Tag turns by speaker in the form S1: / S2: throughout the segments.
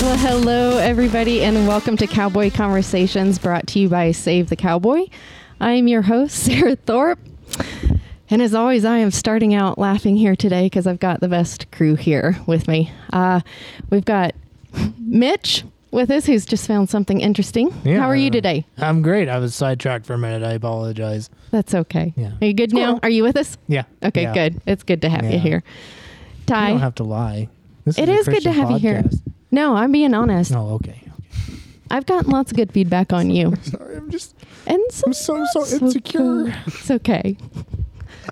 S1: Well, hello, everybody, and welcome to Cowboy Conversations brought to you by Save the Cowboy. I'm your host, Sarah Thorpe. And as always, I am starting out laughing here today because I've got the best crew here with me. Uh, we've got Mitch with us, who's just found something interesting.
S2: Yeah.
S1: How are you today?
S2: I'm great. I was sidetracked for a minute. I apologize.
S1: That's okay.
S2: Yeah.
S1: Are you good now? Are you with us?
S2: Yeah.
S1: Okay,
S2: Yeah.
S1: good. It's good to have you
S2: Yeah.
S1: here.
S2: You
S1: Ty,
S2: don't have to lie. This
S1: it
S2: a
S1: is good to
S2: Christian
S1: have you here.
S2: podcast.
S1: No, I'm being honest.
S2: Oh, okay.
S1: I've gotten lots of good feedback on you.
S3: Sorry, I'm just
S1: And some
S2: I'm so so
S1: not
S2: insecure.
S1: good. It's okay.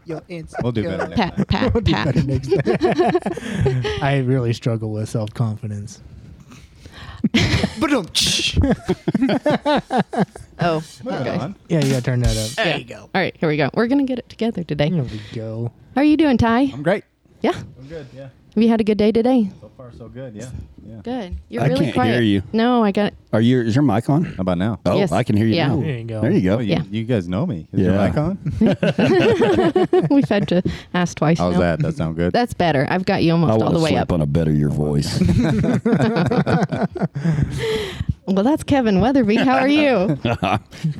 S3: yo insecure.
S4: We'll do better next
S1: Pat, pat,
S2: We'll do
S1: pat.
S2: better next time. I really struggle with self confidence.
S3: Ba-dum.
S1: Oh,
S4: Moving
S1: okay.
S4: on.
S2: Yeah, you gotta turn that up.
S1: Eh.
S3: There you go.
S1: All right, here we go. We're gonna get it together today.
S2: There we go.
S1: How are you doing, Ty?
S4: I'm great.
S1: yeah. Have
S4: I'm good. Yeah.
S1: you had a good day today?
S4: So far, so good. Yeah. Yeah.
S1: Good. You're
S5: I
S1: really
S5: can't
S1: quiet.
S5: hear you.
S1: No, I got.
S5: Are your is your mic on?
S4: How about now?
S5: Oh,
S1: Yes.
S5: I can hear you
S1: Yeah.
S5: now.
S2: There you go.
S5: There you go.
S4: Oh, you,
S1: Yeah.
S4: you guys know me. Is your
S5: Yeah.
S4: mic on?
S1: We've had to ask twice.
S4: How's
S1: now.
S4: that? That sound good?
S1: That's better. I've got you almost all
S5: wanna
S1: the way
S5: slap
S1: up.
S5: on a better your voice.
S1: Well, that's Kevin Weatherby. How are you?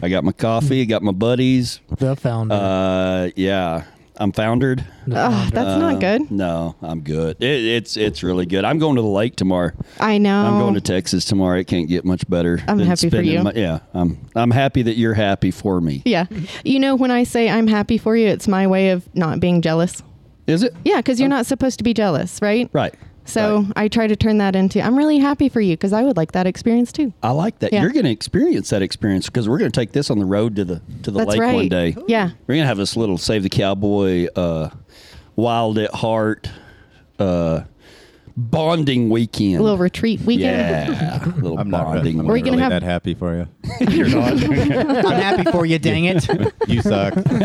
S5: I got my coffee. Got my buddies.
S2: The founder.
S5: Uh, yeah, I'm foundered.
S1: oh, that's not
S5: Uh,
S1: good.
S5: No, I'm good. It, it's it's really good. I'm going to the lake tomorrow.
S1: I know.
S5: I'm going to Texas tomorrow. It can't get much better.
S1: Oh. I'm
S5: than
S1: happy for
S5: spending
S1: you.
S5: my- yeah, I'm I'm happy that you're happy for me.
S1: yeah. You know, when I say I'm happy for you, it's my way of not being jealous.
S5: Is it?
S1: Yeah, because
S5: Oh.
S1: you're not supposed to be jealous, right?
S5: Right.
S1: So
S5: Right.
S1: I try to turn that into I'm really happy for you because I would like that experience too.
S5: I like that.
S1: Yeah.
S5: You're going to experience that experience because we're going to take this on the road to the to the
S1: That's
S5: lake
S1: right.
S5: one day.
S1: Yeah.
S5: We're gonna have this little save the cowboy, uh, wild at heart, uh, bonding weekend.
S1: A little retreat weekend.
S5: yeah, little
S4: I'm not, re-
S5: bonding.
S4: I'm
S1: We're
S4: not
S1: gonna
S4: really
S1: have-
S4: that happy for you.
S5: You're not.
S3: I'm happy for you, dang it.
S4: You suck.
S5: that,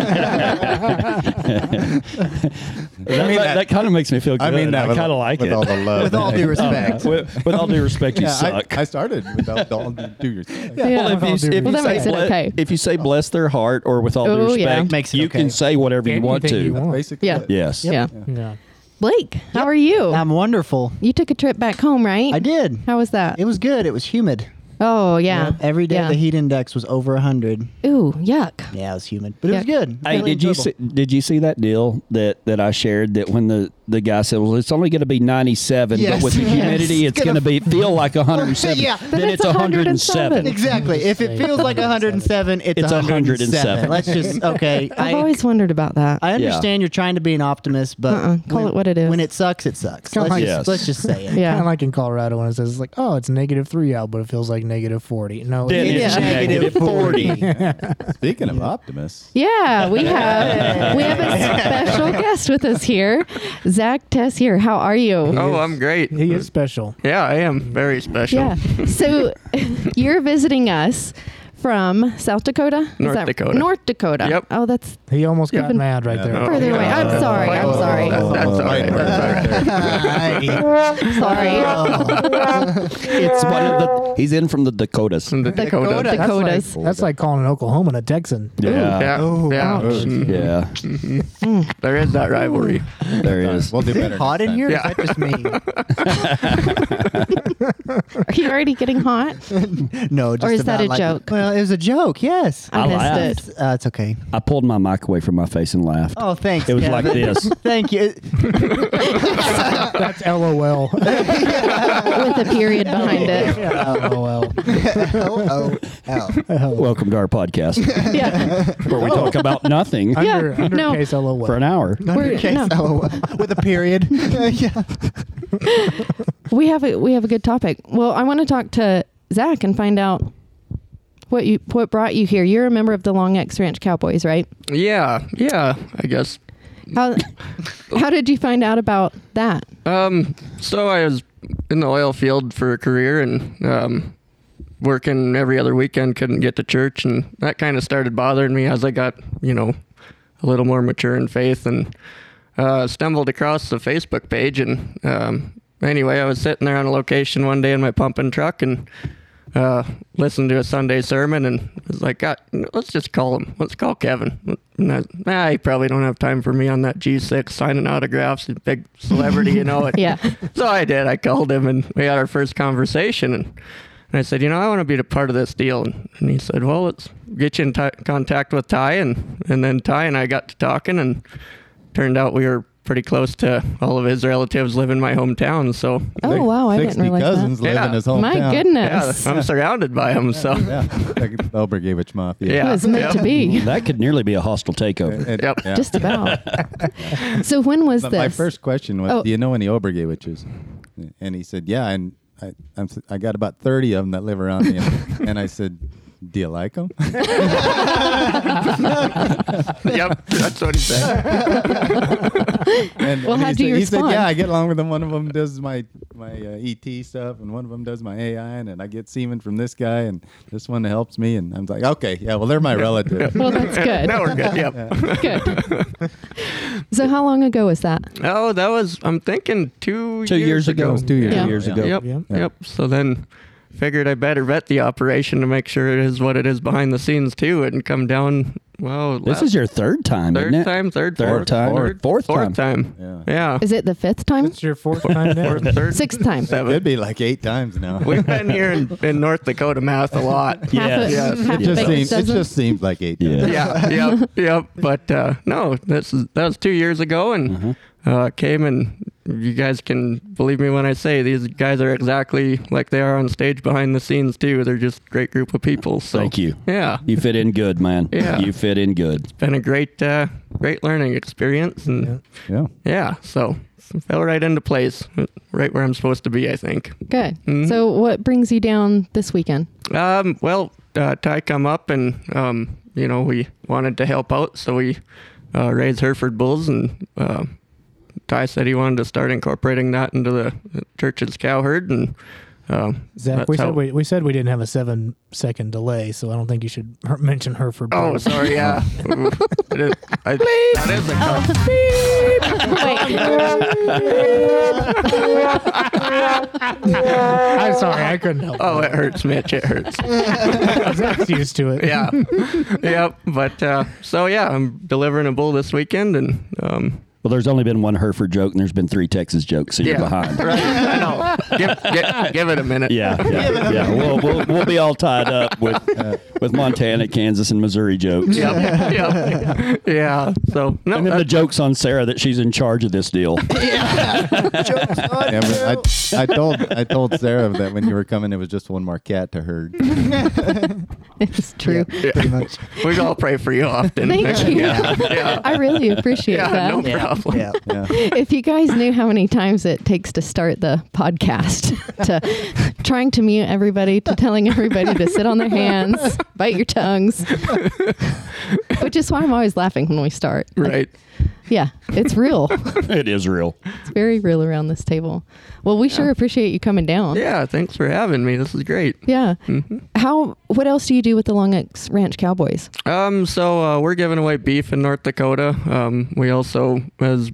S4: that-
S5: kind of makes me feel good.
S4: I mean that. with-
S5: kind of like
S4: with
S5: it. Oh,
S4: all the love.
S3: With all due respect.
S5: with, with all due respect, you
S4: Yeah, I,
S5: suck.
S4: I started with all, all due- do your suck.
S2: Yeah.
S5: Well, if
S2: With all
S5: you,
S2: due respect.
S5: if you
S1: Well, that
S5: say
S1: makes it
S5: ble-
S1: okay.
S5: if you say bless their heart or with all due
S1: Oh, yeah.
S5: respect,
S3: Makes it
S5: you
S3: okay.
S5: can say whatever you want
S2: Anything
S5: to.
S2: you want.
S4: Basically.
S1: Yeah.
S4: it.
S5: Yes.
S1: Yeah.
S2: Yeah.
S1: Blake, how are you?
S6: I'm wonderful.
S1: you took a trip back home, right?
S6: Um, I did.
S1: How was that?
S6: It was good. It was humid.
S1: oh, yeah.
S6: Every day
S1: Yeah.
S6: the heat index was over 100.
S1: Ooh, yuck.
S6: Yeah, it was humid, but it was
S1: Yeah.
S6: good.
S5: Hey,
S6: Really
S5: did you see,
S6: enjoyable.
S5: did you see that deal that, that I shared that when the, the guy said, well, it's only going to be 97,
S6: Yes.
S5: but with the
S6: Yes.
S5: humidity, it's
S6: It's
S5: going
S6: gonna
S5: to be feel like 107.
S6: Yeah.
S5: then,
S1: Then
S5: it's
S1: it's
S5: 107.
S1: 107.
S6: Exactly. If it feels like 107, it's,
S5: It's
S6: 107.
S5: 107.
S6: Let's just okay.
S1: I've
S6: I,
S1: always wondered about that.
S6: I understand you're trying to be an optimist, but
S1: Uh-uh. Call it what it is.
S6: When it sucks, it sucks.
S2: Come
S6: Let's,
S2: on.
S6: just,
S5: Yes.
S6: let's just say it.
S1: Yeah.
S2: Kind of like in Colorado when it says it's like, oh, it's negative three out, but it feels like negative forty. No,
S5: Then
S2: it-
S5: it's
S1: Yeah.
S5: negative 40.
S4: Speaking of optimists,
S1: yeah, we have we have a special guest with us here, Zach Tessier. How are you?
S7: Oh, I'm great.
S2: he is special.
S7: Yeah, I am very special.
S1: Yeah. So you're visiting us from South Dakota, Is
S7: North
S1: that-
S7: Dakota.
S1: North Dakota.
S7: Yep.
S1: Oh, that's
S2: He almost got
S1: Even-
S2: mad right
S4: Yeah.
S2: there.
S7: Oh,
S1: Further away. I'm
S7: yeah.
S1: sorry, I'm
S7: Oh,
S1: sorry.
S7: That's, that's all right. That's all right.
S1: sorry.
S5: It's one of the, he's in from the Dakotas.
S7: From the
S1: Dakota.
S7: Dakota.
S2: That's like-
S1: Dakotas.
S2: that's like calling an Oklahoman a Texan.
S5: Yeah.
S7: Yeah.
S2: Oh,
S1: Oh,
S7: yeah. Mm,
S5: Yeah.
S7: There is that rivalry.
S5: There he is.
S4: we'll do
S6: Is
S4: better.
S6: it hot
S4: next
S6: in here? or
S7: Yeah.
S6: Is that just me?
S1: Are you already getting hot?
S6: No, just
S1: is that
S6: about
S1: a
S6: like-
S1: joke?
S6: Well, it was a joke. Yes.
S1: I
S5: I
S1: missed
S5: laughed.
S1: it.
S6: It's, uh, it's okay.
S5: I pulled my mic away from my face and laughed.
S6: Oh, thanks.
S5: It was like
S6: Kevin.
S5: this.
S6: Thank you.
S2: That's LOL.
S1: With a period behind it.
S2: LOL.
S6: oh, oh.
S5: Welcome to our podcast
S1: Yeah.
S5: where we
S6: Oh.
S5: talk about nothing
S2: Under, under
S1: no.
S2: case LOL.
S5: for an hour.
S1: We're-
S6: Case,
S1: no.
S6: oh, with a period. yeah.
S1: We have a we have a good topic. Well, I want to talk to Zach and find out what you what brought you here. You're a member of the Long X Ranch Cowboys, right?
S7: Yeah. Yeah. I guess.
S1: How how did you find out about that?
S7: Um. So I was in the oil field for a career and um, working every other weekend. Couldn't get to church, and that kind of started bothering me as I got, you know, a little more mature in faith and uh, stumbled across the Facebook page. And um, anyway, I was sitting there on a location one day in my pumping truck and uh, listened to a Sunday sermon and was like, God, let's just call him. Let's call Kevin. And I, was, nah, he probably don't have time for me on that G6 signing autographs. He's a big celebrity, you know.
S1: Yeah.
S7: So I did. I called him and we had our first conversation. And, and I said, you know, I want to be a part of this deal. And, and he said, well, let's get you in t- contact with Ty. And, and then Ty and I got to talking and turned out we were pretty close to all of his relatives live in my hometown. So
S1: Oh,
S4: Like
S1: wow. I
S4: 60
S1: didn't realize
S4: cousins
S1: that.
S4: live in
S7: Yeah.
S4: his hometown.
S1: My
S7: yeah,
S1: goodness.
S7: I'm surrounded by them. So
S4: Yeah, like Elbergavich Mafia.
S1: It
S7: Yeah.
S1: was meant to be.
S5: That could nearly be a hostile takeover.
S4: And-
S7: Yep.
S4: yeah.
S1: Just about. so when was
S4: But
S1: this?
S4: my first question was,
S1: Oh.
S4: do you know any Obergewiches? And he said, yeah. And I, I'm, s- I got about 30 of them that live around me. And, and I said, do you like them?
S7: yep, that's what he said.
S4: And,
S1: Well,
S4: and
S1: how
S4: he
S1: do
S4: said,
S1: you
S4: he
S1: respond?
S4: said, yeah, I get along with them. One of them does my, my uh, ET stuff and one of them does my AI. And, and I get semen from this guy and this one helps me. And I'm like, okay, yeah, well, they're my relative.
S1: well, that's good.
S7: now we're good. Yep.
S1: good. So how long ago was that?
S7: Oh, that was I'm thinking two
S5: Two years ago.
S4: Two years
S1: Yeah.
S4: ago.
S5: Years
S4: Yeah.
S5: ago.
S7: Yep.
S2: Yeah.
S7: Yep. So then figured I better vet the operation to make sure it is what it is behind the scenes too, and come down. Well,
S5: This is your third time,
S7: third
S5: isn't it?
S7: time, third,
S5: Third
S7: fourth,
S5: time.
S7: third,
S5: Fourth
S7: fourth time.
S4: Yeah.
S7: Yeah.
S1: Is it the fifth time?
S2: It's your fourth time now.
S7: Fourth, third,
S1: Sixth time.
S4: It
S7: seventh.
S4: would be like eight times now.
S7: We've been here in, in North Dakota math a lot.
S1: Half
S5: Yes.
S1: a, half
S4: It just
S1: a
S4: seems it
S1: dozen?
S4: just seems like eight.
S5: Yeah.
S4: times.
S7: yeah, yep, yep. But uh, no, this is that was two years ago, and
S5: Mm-hmm.
S7: uh, came and you guys can believe me when I say these guys are exactly like they are on stage behind the scenes too. They're just a great group of people. So
S5: Thank you.
S7: Yeah,
S5: You fit in good, man.
S7: Yeah.
S5: You fit in good.
S7: been a great, uh, great learning experience, and
S4: Yeah.
S7: yeah, so fell right into place, right where I'm supposed to be, I think.
S1: Good. So what brings you down this weekend?
S7: Um, well, uh, Ty come up and um, you know we wanted to help out, so we uh, raised Hereford bulls, and uh, Ty said he wanted to start incorporating that into the church's cow herd, and uh,
S2: Zach,
S7: that's
S2: we
S7: how-
S2: said we, we said we didn't have a seven second delay, so I don't think you should her- mention her for.
S7: Oh,
S2: both.
S7: sorry, yeah. Ooh, I did- I- that is a cut.
S2: I'm sorry, I couldn't help.
S7: Oh, it hurts, Mitch. It hurts.
S2: it. Zach's used to it.
S7: Yeah. yep. But uh, so yeah, I'm delivering a bull this weekend, and um,
S5: Well, there's only been one Hereford joke, and there's been three Texas jokes, so
S7: yeah,
S5: you're behind.
S7: Right. I know. Give, give, give it a minute.
S5: Yeah, yeah, yeah. We'll, we'll, we'll be all tied up with with Montana, Kansas, and Missouri jokes.
S7: yep, yep. Yeah. So no,
S5: And then the
S7: that-
S5: jokes on Sarah that she's in charge of this deal.
S4: Yeah, but I, I told I told Sarah that when you were coming, it was just one more cat to herd.
S1: It's true.
S7: yeah.
S6: Pretty much.
S7: we uh, all pray for you often.
S1: Thank you.
S7: Yeah, yeah.
S1: I really appreciate
S7: Yeah,
S1: that.
S7: no problem.
S6: Yeah.
S4: Yeah.
S1: if you guys knew how many times it takes to start the podcast to trying to mute everybody to telling everybody to sit on their hands bite your tongues which is why i'm always laughing when we start Like,
S7: Right.
S1: yeah it's real
S5: it is real.
S1: it's very real around this table well we sure appreciate you coming down
S7: Yeah. Thanks for having me. This is great.
S1: Yeah.
S5: Mm-hmm.
S1: how what else do you do with the long x ranch cowboys
S7: Um, so uh, we're giving away beef in North Dakota. Um, we also, as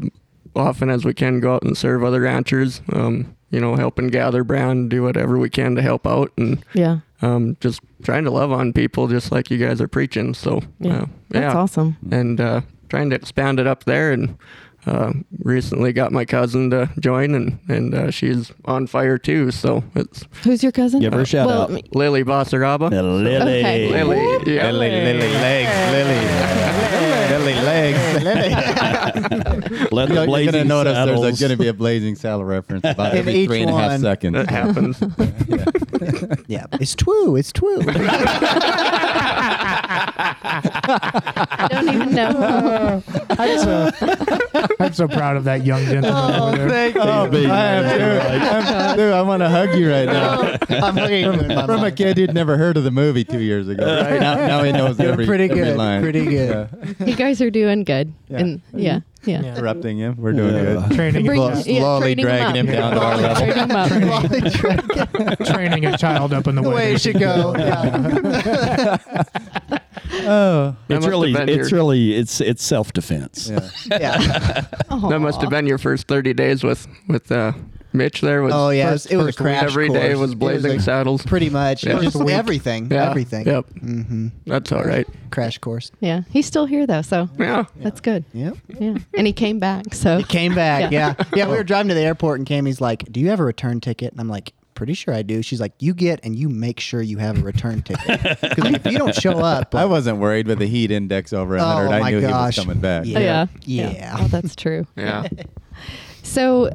S7: often as we can, go out and serve other ranchers. Um, you know, help and gather brand, do whatever we can to help out, and
S1: yeah
S7: um, just trying to love on people, just like you guys are preaching. So
S1: yeah,
S7: uh,
S1: that's
S7: yeah.
S1: awesome
S7: and uh, trying to expand it up there. And uh, recently got my cousin to join, and and uh, she's on fire too. So it's
S1: who's your cousin
S5: Give her a shout out.
S7: Lily Bossaraba.
S5: Lily.
S1: Okay.
S7: Lily, yeah.
S4: Lily, Lily legs, Lily, Lily legs.
S5: Let
S4: You're,
S5: the blazing
S4: gonna notice
S5: saddles.
S4: there's going to be a blazing saddle reference about
S6: In
S4: every
S6: each
S4: three and a half
S6: one.
S4: seconds.
S7: That happens.
S6: Yeah. It's true. It's true.
S1: i don't even know
S2: I'm so, I'm so proud of that young gentleman over there.
S4: Oh, baby. I am too. I'm, dude, I want to hug you right now.
S6: I'm hugging you in my
S4: From a
S6: mind.
S4: kid who'd never heard of the movie two years ago. Now, now he knows
S6: You're
S4: every,
S6: pretty
S4: every
S6: good.
S4: line.
S6: Pretty good.
S1: you guys are doing good
S4: Yeah.
S1: and yeah Mm-hmm. yeah,
S2: Yeah.
S4: Interrupting him. We're doing
S5: Yeah.
S4: good.
S2: Training,
S1: Bring-
S4: Slow-
S1: yeah,
S4: slowly
S1: training 'em up.
S4: dragging him down to our
S1: Training
S4: level.
S1: 'em up.
S2: training a child up in the,
S6: the way it should go. Yeah.
S4: Oh.
S7: That
S5: It's
S7: must
S5: really,
S7: have been
S5: it's
S7: your-
S5: really, it's it's self defense.
S4: Yeah.
S6: yeah.
S1: Oh.
S7: That must have been your first 30 days with with uh, Mitch there was.
S6: Oh yeah,
S7: first-
S6: it was a
S7: first
S6: crash.
S7: Every day
S6: course.
S7: was
S6: It
S7: blazing
S6: like-
S7: saddles.
S6: Pretty much,
S7: Yeah.
S6: it was
S7: Just
S6: just
S7: a week.
S6: everything,
S7: Yeah.
S6: everything.
S7: Yep.
S6: Mm-hmm.
S7: That's all right.
S6: Crash course.
S1: Yeah, he's still here though, so
S7: Yeah.
S1: that's good.
S6: Yep.
S1: Yeah, and he came back. So
S6: It came back.
S1: Yeah.
S6: Yeah. Yeah. we were driving to the airport and Cammy's like, Do you have a return ticket? And I'm like, Pretty sure I do. She's like, You get and you make sure you have a return ticket. Because if you don't show up,
S4: I
S6: like,
S4: wasn't worried with the heat index over 100.
S6: Oh,
S4: I
S6: my
S4: knew
S6: gosh.
S4: he was coming back.
S6: Yeah.
S1: Oh, yeah,
S6: Yeah.
S1: Oh, that's true.
S7: Yeah.
S1: So,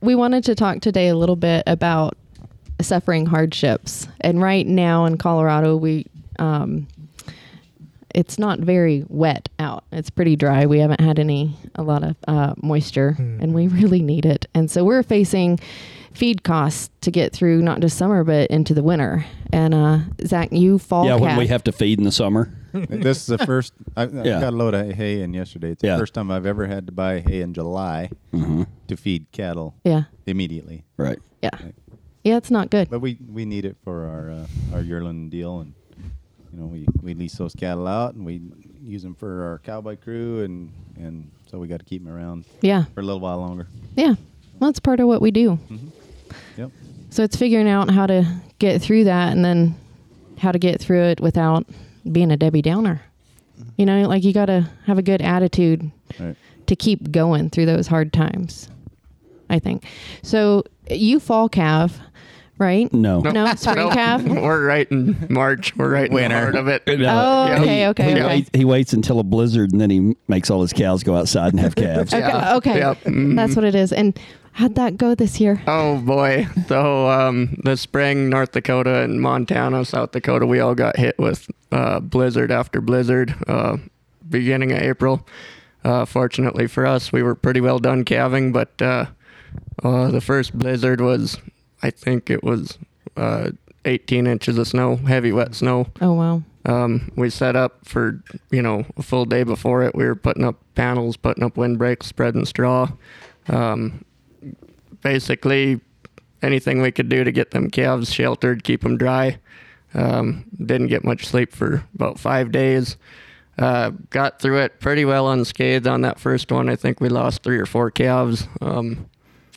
S1: we wanted to talk today a little bit about suffering hardships. And right now in Colorado, we um, it's not very wet out. It's pretty dry. We haven't had any a lot of uh, moisture, and we really need it. And so we're facing feed costs to get through not just summer but into the winter. And uh, Zach, you fall.
S5: yeah, when
S1: calf.
S5: we have to feed in the summer.
S4: this is the first. I, I
S5: Yeah.
S4: got a load of hay in yesterday. It's the
S5: Yeah.
S4: first time I've ever had to buy hay in July to feed cattle
S1: yeah,
S4: immediately.
S5: Mm-hmm. Right.
S1: yeah, yeah. It's not good.
S4: But we, we need it for our uh, our yearling deal, and you know we, we lease those cattle out, and we use them for our cowboy crew, and and so we got to keep them around
S1: Yeah,
S4: for a little while longer.
S1: yeah. Well, that's part of what we do.
S4: Yep.
S1: So it's figuring out how to get through that and then how to get through it without being a Debbie Downer. You know, like you got to have a good attitude
S4: All right.
S1: to keep going through those hard times, I think. So you fall calf, right?
S5: No.
S1: No, spring
S7: Nope.
S1: calf.
S7: We're right in March. We're right in the
S4: Winter.
S7: heart of it.
S1: Oh,
S5: Yeah.
S1: okay,
S5: uh, He-
S1: okay,
S5: He,
S1: okay.
S5: Waits, he waits until a blizzard and then he makes all his cows go outside and have calves.
S1: Okay.
S7: Yeah.
S1: okay.
S7: Yep. Mm.
S1: That's what it is. And how'd that go this year?
S7: Oh boy. So um, the spring, North Dakota and Montana, South Dakota, we all got hit with uh, blizzard after blizzard. Uh, beginning of April. Uh, fortunately for us, we were pretty well done calving, but uh, uh, the first blizzard was, I think it was uh, 18 inches of snow, heavy wet snow.
S1: Oh, wow.
S7: Um, we set up for you know a full day before it. We were putting up panels, putting up windbreaks, spreading straw. Um, basically, anything we could do to get them calves sheltered, keep them dry. Um, didn't get much sleep for about five days. Uh, got through it pretty well unscathed on that first one. I think we lost three or four calves. Um,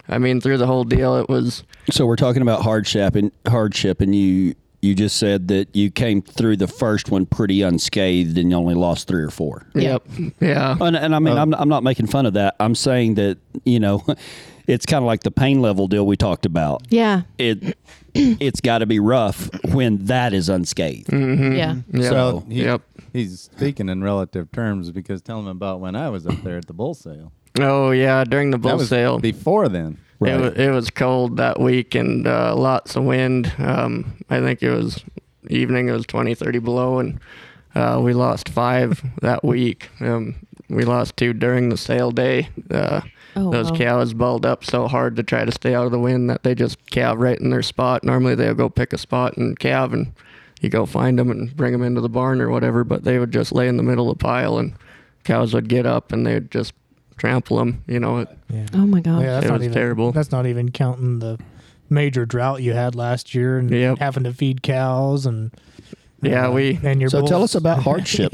S7: I mean, through the whole deal, it was
S5: So we're talking about hardship and hardship, and you you just said that you came through the first one pretty unscathed, and you only lost three or four.
S1: Yeah.
S7: yep, yeah.
S5: And, and I mean, I'm, I'm not making fun of that. I'm saying that you know, it's kind of like the pain level deal we talked about.
S1: Yeah.
S5: It it's got to be rough when that is unscathed.
S1: Yeah.
S7: Yep.
S4: So he,
S7: yep.
S4: he's speaking in relative terms because tell him about when I was up there at the bull sale.
S7: Oh yeah, during the bull
S4: that was
S7: sale.
S4: before then.
S7: It, was, it was cold that week and uh, lots of wind. Um, I think it was evening, it was 20, 30 below, and uh, we lost five that week. Um, we lost two during the sale day. Uh,
S1: Oh,
S7: those
S1: wow.
S7: cows balled up so hard to try to stay out of the wind that they just calve right in their spot. Normally they'll go pick a spot and calve, and you go find them and bring them into the barn or whatever, but they would just lay in the middle of the pile and cows would get up and they would just trample them. You know, it,
S2: Yeah.
S1: Oh, my gosh.
S2: Yeah, that's
S7: It
S2: not
S7: was
S2: even,
S7: terrible.
S2: That's not even counting the major drought you had last year and
S7: Yep.
S2: having to feed cows and
S7: yeah,
S2: uh,
S7: we.
S2: and your
S5: So tell
S2: bulls.
S5: us about hardships.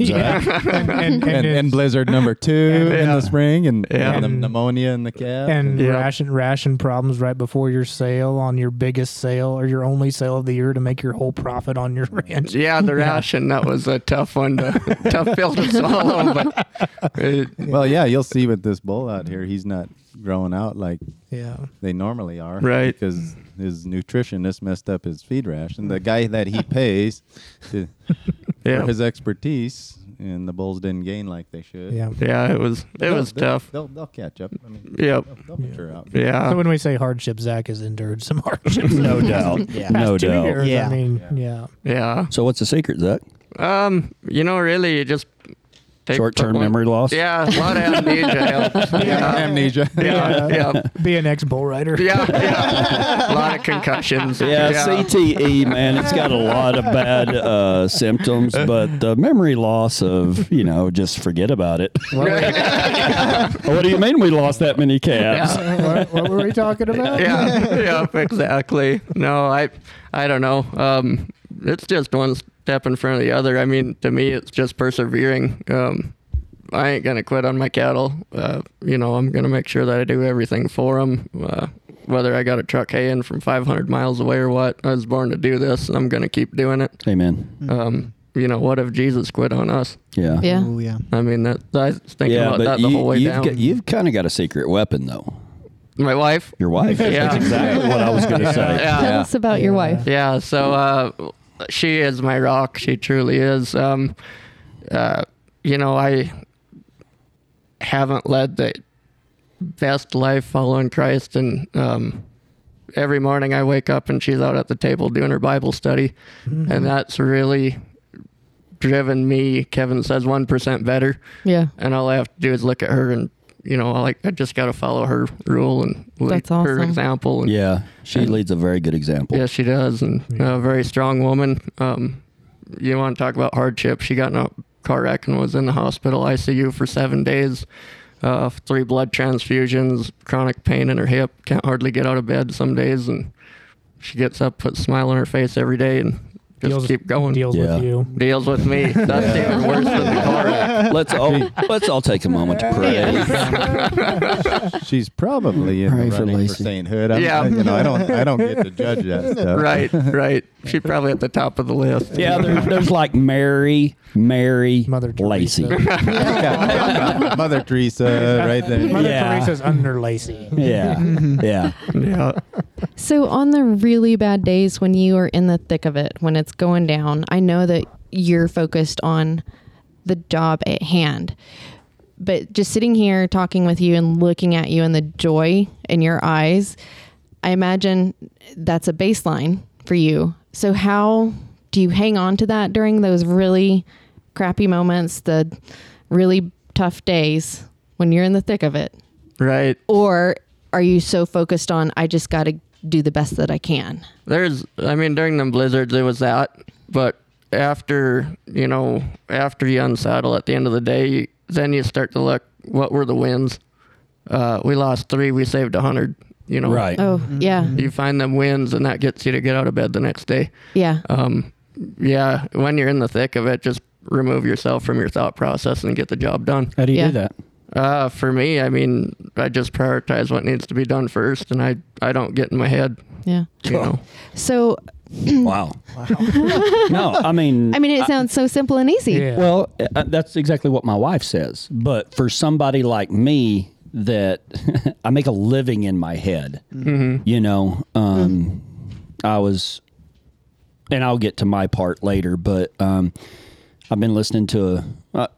S2: Yeah.
S5: Zach.
S2: and, and, and,
S4: And, and
S2: it's-
S4: blizzard number two in
S2: yeah.
S4: the spring, and,
S7: Yeah.
S4: and the
S2: And-
S4: pneumonia in the calf.
S2: and
S7: Yeah.
S2: ration ration problems right before your sale on your biggest sale or your only sale of the year to make your whole profit on your ranch.
S7: Yeah, the ration that was a tough one, to, tough pill to swallow. But it,
S4: well, yeah, you'll see with this bull out here, he's not growing out like
S2: Yeah.
S4: they normally are.
S7: Right.
S4: Because his nutritionist messed up his feed ration. The guy that he pays to,
S7: yeah,
S4: for his expertise, and the bulls didn't gain like they should.
S2: Yeah.
S7: yeah, it was it
S4: They'll-
S7: was
S4: they'll-
S7: tough.
S4: They'll, they'll catch up. I mean,
S7: Yep.
S4: they'll, they'll mature out.
S7: Yeah.
S2: So when we say hardship, Zach has endured some hardships.
S5: no doubt.
S6: Yeah.
S5: No doubt.
S2: Years,
S6: Yeah.
S2: I mean,
S4: Yeah.
S2: yeah.
S7: yeah.
S5: So what's the secret, Zach?
S7: Um, you know, really, you just take
S5: Short-term
S7: one-
S5: memory loss.
S7: Yeah, a lot of amnesia helps. Yeah,
S4: Amnesia.
S7: yeah, yeah,
S2: Be an ex bull rider.
S7: yeah, yeah. A lot of concussions.
S5: Yeah, CTE, E, man, it's got a lot of bad uh, symptoms,
S7: Uh-huh.
S5: but the memory loss of, you know, just forget about it. what do you mean we lost that many calves?
S7: Yeah.
S2: what, what were we talking about?
S7: yeah, yeah, exactly. No, I, I don't know. Um, it's just one step in front of the other. I mean, to me, it's just persevering. Um, I ain't gonna quit on my cattle. Uh, you know, I'm gonna make sure that I do everything for them. Uh, whether I got a truck hay in from 500 miles away or what. I was born to do this, and I'm going to keep doing it.
S5: Amen.
S7: Um, you know, what if Jesus quit on us?
S5: Yeah.
S1: Yeah.
S6: Oh yeah.
S7: I mean, that I was thinking about that the
S5: you,
S7: whole way
S5: you've,
S7: down.
S5: got- you've kind of got a secret weapon, though.
S7: My wife.
S5: Your wife.
S7: Yeah.
S5: That's exactly what I was going to say.
S7: Yeah.
S1: Tell us about your wife.
S7: Yeah, so uh, she is my rock. She truly is. Um, uh, you know, I haven't led the best life following Christ, and um, every morning I wake up and she's out at the table doing her Bible study,
S1: Mm-hmm.
S7: and that's really driven me. Kevin says one percent better,
S1: Yeah.
S7: and all I have to do is look at her and. You know, I like I just got to follow her rule and
S1: That's
S7: her
S1: awesome.
S7: example. And
S5: Yeah. She leads a very good example.
S7: yeah, she does, and a very strong woman. Um, you want to talk about hardship? She got in a car wreck and was in the hospital ICU for seven days. Uh, three blood transfusions, chronic pain in her hip, can't hardly get out of bed some days, and she gets up, puts a smile on her face every day, and just keep going.
S2: Deals
S5: Yeah.
S2: with you.
S7: Deals with me. That's even worse than the car wreck.
S5: Let's all let's all take a moment to pray.
S4: She's probably in
S5: Pray
S4: the
S5: for
S4: running for
S5: Lacey.
S4: sainthood. I'm,
S7: Yeah.
S4: yeah, you know, I don't, I don't get to judge that stuff.
S7: Right, right. She probably at the top of the list.
S5: Yeah, there, there's like Mary, Mary,
S2: Mother
S5: Lacey.
S2: Teresa.
S4: Yeah. Mother Teresa, right there.
S2: Mother
S5: Yeah.
S2: Teresa's under Lacey.
S5: Yeah,
S6: Mm-hmm.
S5: yeah.
S7: Yeah.
S1: So, on the really bad days when you are in the thick of it, when it's going down, I know that you're focused on the job at hand. But just sitting here talking with you and looking at you and the joy in your eyes, I imagine that's a baseline for you. So, how do you hang on to that during those really crappy moments, the really tough days when you're in the thick of it?
S7: Right.
S1: or are you so focused on I just got to do the best that I can?
S7: there's i mean during the blizzards it was that but after you know after you unsaddle at the end of the day then you start to look what were the wins uh, we lost three we saved a hundred you know
S5: Right.
S1: Oh, yeah.
S7: you find them wins and that gets you to get out of bed the next day
S1: Yeah.
S7: um, yeah when you're in the thick of it just remove yourself from your thought process and get the job done
S5: How do you
S1: Yeah.
S5: do that?
S7: uh, for me i mean i just prioritize what needs to be done first and i i don't get in my head
S1: yeah.
S7: you know
S1: So,
S5: Wow. no, I mean,
S1: I mean, it sounds so simple and easy.
S2: Yeah.
S5: Well, uh, that's exactly what my wife says. But for somebody like me, that I make a living in my head, you know,
S1: Mm-hmm.
S5: um, I was, and I'll get to my part later, but um, I've been listening to uh,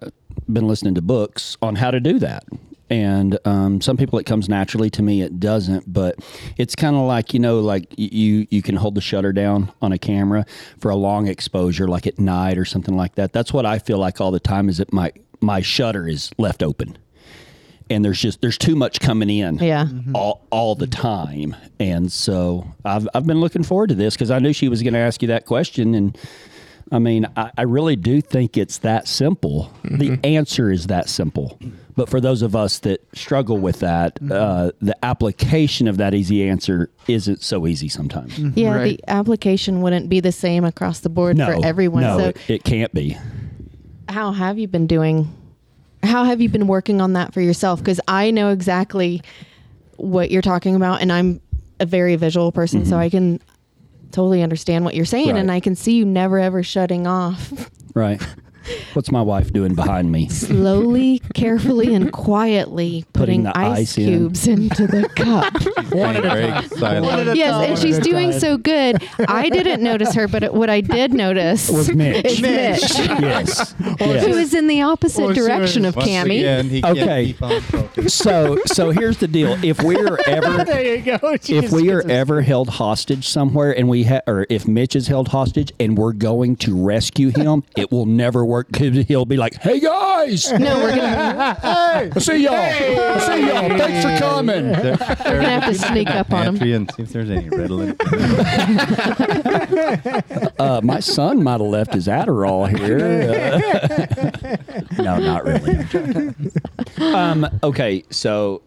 S5: been listening to books on how to do that. And um, some people it comes naturally to me, it doesn't. But it's kind of like you know, like y- you you can hold the shutter down on a camera for a long exposure, like at night or something like that. That's what I feel like all the time. Is that my my shutter is left open, and there's just there's too much coming in
S1: Yeah.
S5: all, all the time. And so I've, I've been looking forward to this because I knew she was going to ask you that question. And I mean, I, I really do think it's that simple.
S1: Mm-hmm.
S5: The answer is that simple. But for those of us that struggle with that,
S1: Mm-hmm.
S5: uh, the application of that easy answer isn't so easy sometimes.
S1: Yeah,
S7: Right.
S1: the application wouldn't be the same across the board
S5: No,
S1: for everyone.
S5: no,
S1: so,
S5: it, it can't be.
S1: how have you been doing? How have you been working on that for yourself? Because I know exactly what you're talking about, and I'm a very visual person, so I can totally understand what you're saying,
S5: Mm-hmm. Right.
S1: and I can see you never ever shutting off.
S5: Right. What's my wife doing behind me?
S1: slowly, carefully, and quietly putting,
S5: Putting the
S1: ice,
S5: ice in.
S1: cubes into the cup.
S4: One at a time.
S1: yes, and she's doing so good. I didn't notice her, but it, what I did notice
S5: Was Mitch.
S1: is Mitch,
S5: yes.
S1: who
S5: yes.
S1: is in the opposite
S7: Oh,
S1: direction of
S4: Once
S1: Cammy.
S4: again, he
S5: Okay.
S4: can't keep on focusing.
S5: So, so here's the deal. If we're ever
S2: there you go.
S5: if we are ever held hostage somewhere and we ha- or if Mitch is held hostage and we're going to rescue him, it will never work because he'll be like, "Hey guys,
S1: No, we're gonna,
S5: I see y'all, I see y'all. Thanks for coming."
S4: They're-
S1: we're gonna have to sneak up on him.
S4: pantry and see if there's any riddling.
S5: Uh, my son might have left his Adderall here. Uh, no, not really. I'm joking. um, okay, so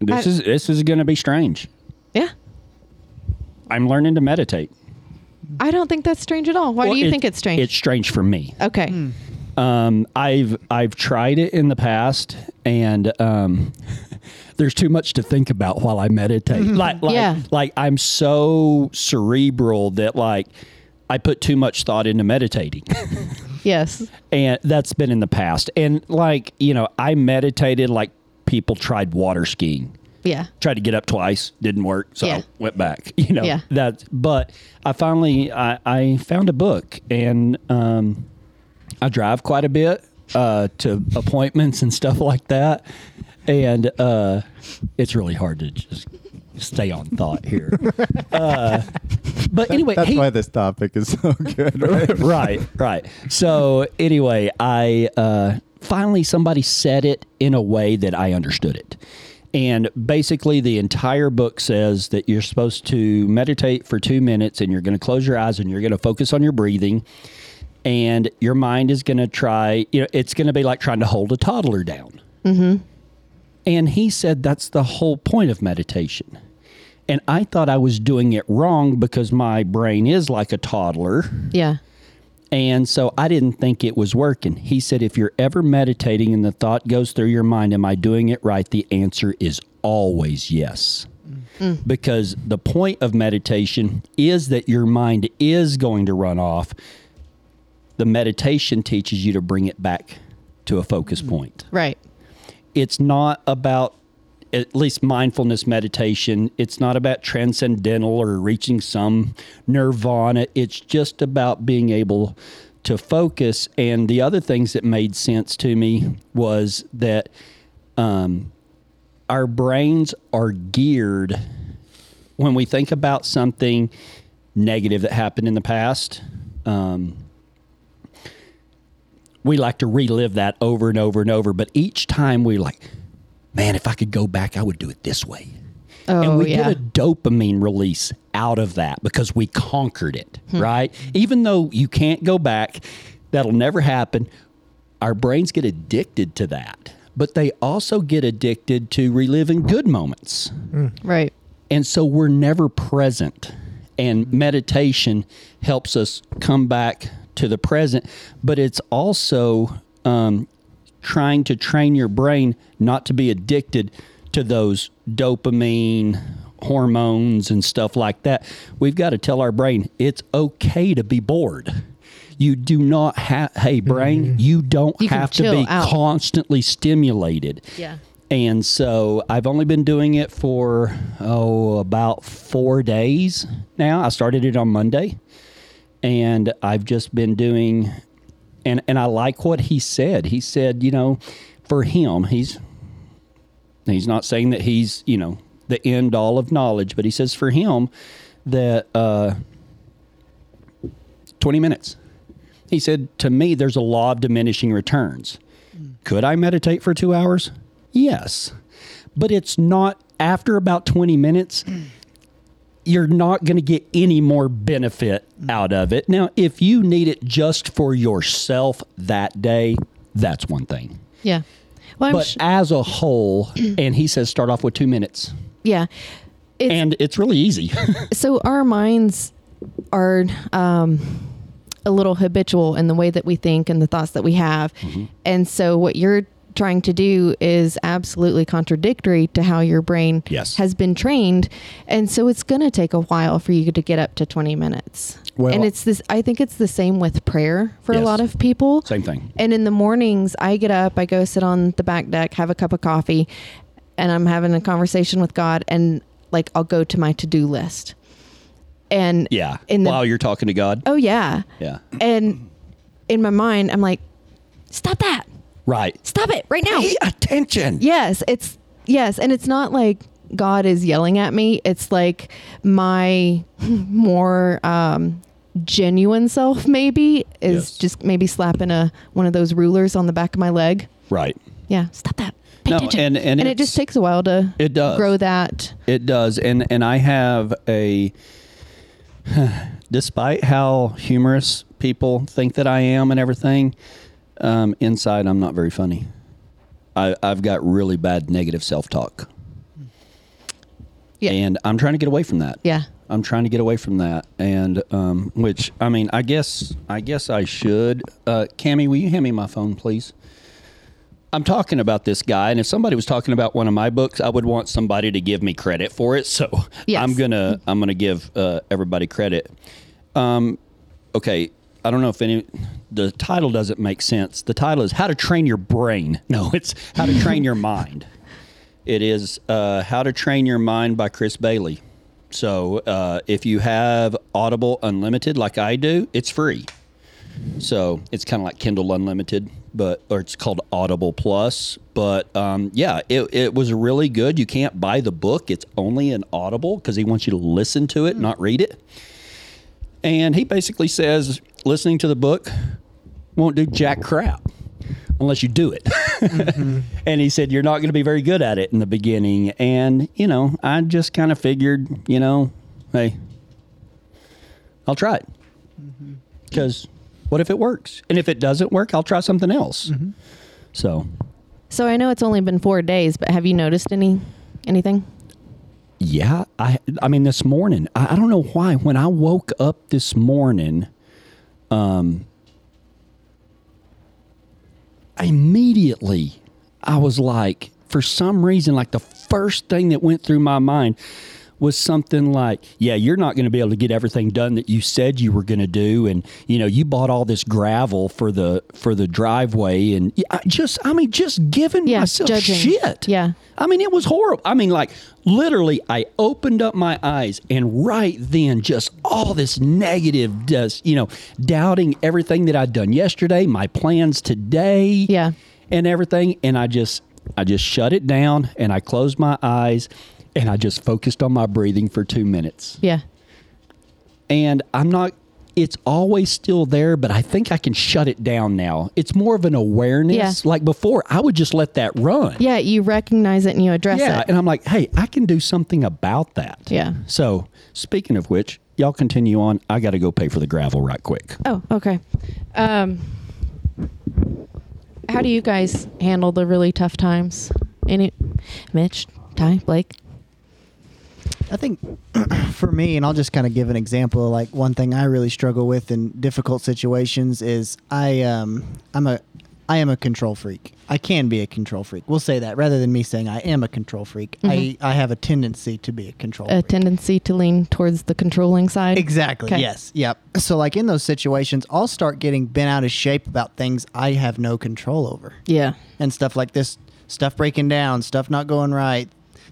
S5: this
S1: I-
S5: is this is going to be strange.
S1: Yeah,
S5: I'm learning to meditate.
S1: I don't think that's strange at all. Why do you think it's strange?
S5: It's strange for me.
S1: okay,
S5: Um, I've I've tried it in the past, and um, there's too much to think about while I meditate. Like like
S1: Yeah.
S5: like I'm so cerebral that like I put too much thought into meditating
S1: Yes.
S5: and that's been in the past. And like you know, I meditated like people tried water skiing.
S1: Yeah.
S5: Tried to get up twice, didn't work, so
S1: Yeah.
S5: I went back. You know
S1: Yeah.
S5: that. But I finally I, I found a book, and um, I drive quite a bit uh, to appointments and stuff like that, and uh, it's really hard to just stay on thought here. uh, but anyway,
S4: That's
S5: he-
S4: why this topic is so good, right?
S5: right, right. So anyway, I uh, finally somebody said it in a way that I understood it. And basically, the entire book says that you're supposed to meditate for two minutes and you're going to close your eyes and you're going to focus on your breathing. And your mind is going to try, you know, it's going to be like trying to hold a toddler down. And he said that's the whole point of meditation. And I thought I was doing it wrong because my brain is like a toddler.
S1: Yeah.
S5: And so I didn't think it was working. He said, if you're ever meditating and the thought goes through your mind, am I doing it right? The answer is always yes. Because the point of meditation is that your mind is going to run off. The meditation teaches you to bring it back to a focus point.
S1: Right.
S5: It's not about at least mindfulness meditation. It's not about transcendental or reaching some nirvana. It's just about being able to focus. And the other things that made sense to me was that um, our brains are geared when we think about something negative that happened in the past. Um, we like to relive that over and over and over, but each time we like, man, if I could go back, I would do it this way.
S1: Oh,
S5: and we
S1: yeah.
S5: get a dopamine release out of that because we conquered it,
S1: Hmm.
S5: right? Even though you can't go back, that'll never happen. Our brains get addicted to that, but they also get addicted to reliving good moments.
S1: Right.
S5: And so we're never present. And meditation helps us come back to the present, but it's also um, trying to train your brain not to be addicted to those dopamine hormones and stuff like that. We've got to tell our brain it's okay to be bored. You do not have, hey, brain, you don't
S1: Mm-hmm. You can
S5: have to
S1: chill
S5: be
S1: out.
S5: constantly stimulated.
S1: Yeah.
S5: And so I've only been doing it for, oh, about four days now. I started it on Monday and I've just been doing, and, and I like what he said. He said, you know, for him, he's, he's not saying that he's, you know, the end all of knowledge, but he says for him that uh, 20 minutes. He said, to me, there's a law of diminishing returns. Could I meditate for two hours? Yes. But it's not after about 20 minutes, you're not going to get any more benefit out of it. Now, if you need it just for yourself that day, that's one thing.
S1: Yeah. Well, I'm
S5: But
S1: sh-
S5: as a whole, and he says start off with two minutes,
S1: yeah. It's,
S5: and it's really easy.
S1: so our minds are um, a little habitual in the way that we think and the thoughts that we have
S5: Mm-hmm.
S1: and so what you're trying to do is absolutely contradictory to how your brain
S5: Yes.
S1: has been trained and so it's going to take a while for you to get up to 20 minutes
S5: Well-
S1: and it's this i think it's the same with prayer for a
S5: Yes.
S1: lot of people
S5: Same thing.
S1: and in the mornings, I get up, I go sit on the back deck, have a cup of coffee, and I'm having a conversation with God. And like, I'll go to my to do list. And
S5: Yeah.
S1: in the
S5: While you're talking to God.
S1: oh yeah,
S5: Yeah.
S1: and in my mind, I'm like, stop that,
S5: Right.
S1: stop it right now.
S5: Pay attention.
S1: Yes, it's yes, and it's not like God is yelling at me. It's like my more um, genuine self maybe is
S5: Yes.
S1: just maybe slapping a one of those rulers on the back of my leg.
S5: Right.
S1: Yeah, stop that. Pay
S5: No,
S1: attention.
S5: and- and
S1: it just
S5: it's-
S1: takes a while to
S5: It does.
S1: grow that.
S5: It does, and and I have a. Despite how humorous people think that I am and everything, um, inside I'm not very funny. I, I've got really bad negative self talk,
S1: Yeah,
S5: and I'm trying to get away from that.
S1: yeah,
S5: I'm trying to get away from that, and um, which I mean, I guess I guess I should. Uh, Cammy, will you hand me my phone, please? I'm talking about this guy, and if somebody was talking about one of my books, I would want somebody to give me credit for it. So
S1: Yes.
S5: I'm gonna I'm gonna give uh, everybody credit. Um, okay, I don't know if any the title doesn't make sense. The title is How to Train Your Brain. No, it's How to Train Your Mind. It is uh, How to Train Your Mind by Chris Bailey. So uh, if you have Audible Unlimited, like I do, it's free. So it's kind of like Kindle Unlimited, but or it's called Audible Plus. But um, yeah, it, it was really good. You can't buy the book; it's only an Audible because he wants you to listen to it, not read it. And he basically says listening to the book won't do jack crap unless you do it. and he said you're not going to be very good at it in the beginning. And you know, I just kind of figured, you know, hey, I'll try it because what if it works? And if it doesn't work, I'll try something else. So,
S1: So I know it's only been four days, but have you noticed any anything?
S5: yeah, I I mean this morning, I, I don't know why when I woke up this morning, um immediately I was like for some reason like the first thing that went through my mind was something like, yeah, you're not going to be able to get everything done that you said you were going to do, and you know you bought all this gravel for the for the driveway, and yeah, I just I mean just giving
S1: Yeah,
S5: myself
S1: judging.
S5: shit.
S1: Yeah.
S5: I mean it was horrible. I mean like literally, I opened up my eyes, and right then just all this negative, just you know, doubting everything that I'd done yesterday, my plans today,
S1: Yeah.
S5: and everything and i just i just shut it down and i closed my eyes and i just focused on my breathing for two minutes
S1: Yeah.
S5: and i'm not it's always still there but i think i can shut it down now it's more of an awareness
S1: Yeah.
S5: like before i would just let that run
S1: Yeah, you recognize it and you address
S5: yeah
S1: it.
S5: and i'm like hey i can do something about that
S1: Yeah.
S5: so speaking of which y'all continue on i gotta go pay for the gravel right quick
S1: Oh, okay. Um, how do you guys handle the really tough times? Any, Mitch, Ty, Blake?
S6: I think for me, and I'll just kind of give an example. Like one thing I really struggle with in difficult situations is I um I'm a I am a control freak. I can be a control freak. We'll say that rather than me saying I am a control freak.
S1: Mhm.
S6: I I have a tendency to be a control.
S1: A
S6: freak.
S1: tendency to lean towards the controlling side.
S6: Exactly.
S1: 'Kay.
S6: Yes. Yep. So like in those situations, I'll start getting bent out of shape about things I have no control over
S1: Yeah.
S6: and stuff like this stuff breaking down stuff not going right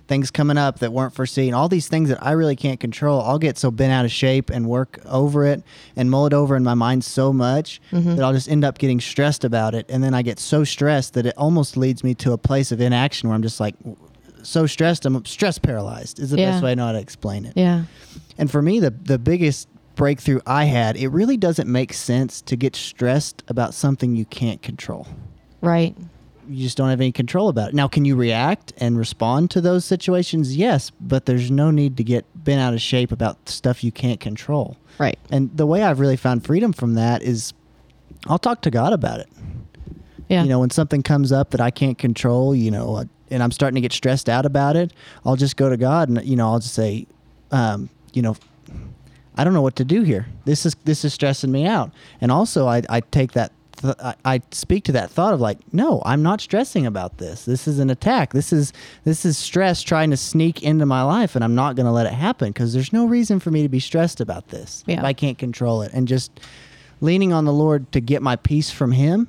S6: things coming up that weren't foreseen all these things that i really can't control i'll get so bent out of shape and work over it and mull it over in my mind so much that i'll just end up getting stressed about it and then i get so stressed that it almost leads me to a place of inaction where i'm just like so stressed i'm stress paralyzed is the
S1: Yeah.
S6: best way i know how to explain it
S1: Yeah.
S6: and for me, the the biggest breakthrough I had, it really doesn't make sense to get stressed about something you can't control.
S1: Right.
S6: You just don't have any control about it. Now, can you react and respond to those situations? Yes, but there's no need to get bent out of shape about stuff you can't control.
S1: Right.
S6: And the way I've really found freedom from that is I'll talk to God about it.
S1: Yeah.
S6: You know, when something comes up that I can't control, you know, uh, and I'm starting to get stressed out about it, I'll just go to God and you know, I'll just say, um, you know, I don't know what to do here. This is this is stressing me out. And also, I I take that. Th- I, I speak to that thought of like, no, I'm not stressing about this. This is an attack. This is this is stress trying to sneak into my life, and I'm not going to let it happen because there's no reason for me to be stressed about this.
S1: Yeah.
S6: If I can't control it, and just leaning on the Lord to get my peace from Him,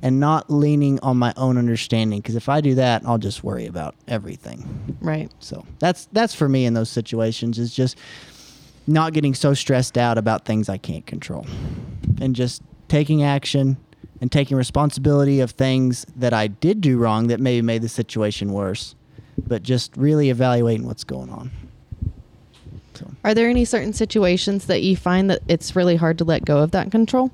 S6: and not leaning on my own understanding. Because if I do that, I'll just worry about everything.
S1: Right.
S6: So that's that's for me in those situations is just not getting so stressed out about things I can't control and just taking action and taking responsibility of things that I did do wrong that maybe made the situation worse, but just really evaluating what's going on. So,
S1: Are there any certain situations that you find that it's really hard to let go of that control?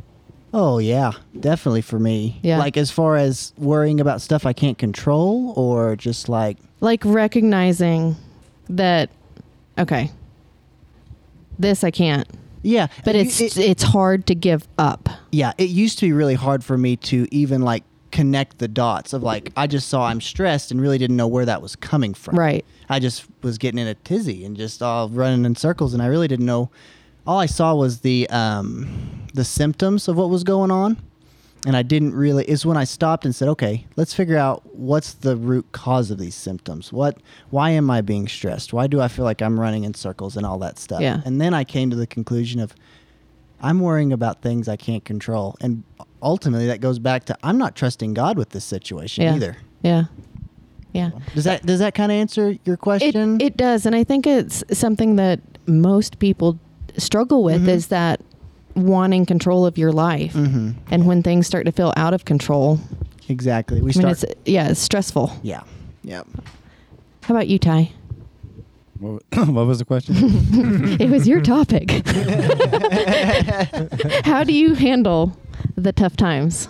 S6: oh yeah, definitely for me.
S1: Yeah.
S6: Like as far as worrying about stuff I can't control or just like
S1: Like recognizing that, okay, this I can't,
S6: yeah,
S1: but
S6: you-
S1: it's
S6: it-
S1: it's hard to give up.
S6: yeah, it used to be really hard for me to even like connect the dots of like I just saw I'm stressed and really didn't know where that was coming from.
S1: Right.
S6: I just was getting in a tizzy and just all running in circles, and I really didn't know. All I saw was the um, the symptoms of what was going on, and I didn't really. Is when I stopped and said, "Okay, let's figure out what's the root cause of these symptoms. What? Why am I being stressed? Why do I feel like I'm running in circles and all that stuff?"
S1: Yeah.
S6: And then I came to the conclusion of, I'm worrying about things I can't control, and ultimately that goes back to I'm not trusting God with this situation
S1: Yeah.
S6: either.
S1: Yeah. Yeah.
S6: Does that does that kind of answer your
S1: It,
S6: question?
S1: it does. And I think it's something that most people struggle with
S6: Mm-hmm.
S1: is that wanting control of your life.
S6: Mm. Mm-hmm.
S1: And when things start to feel out of control,
S6: Exactly. We
S1: I mean,
S6: start.
S1: it's, yeah, it's stressful.
S6: yeah. Yeah.
S1: How about you, Ty?
S4: What, what was the question?
S1: it was your topic. How do you handle the tough times?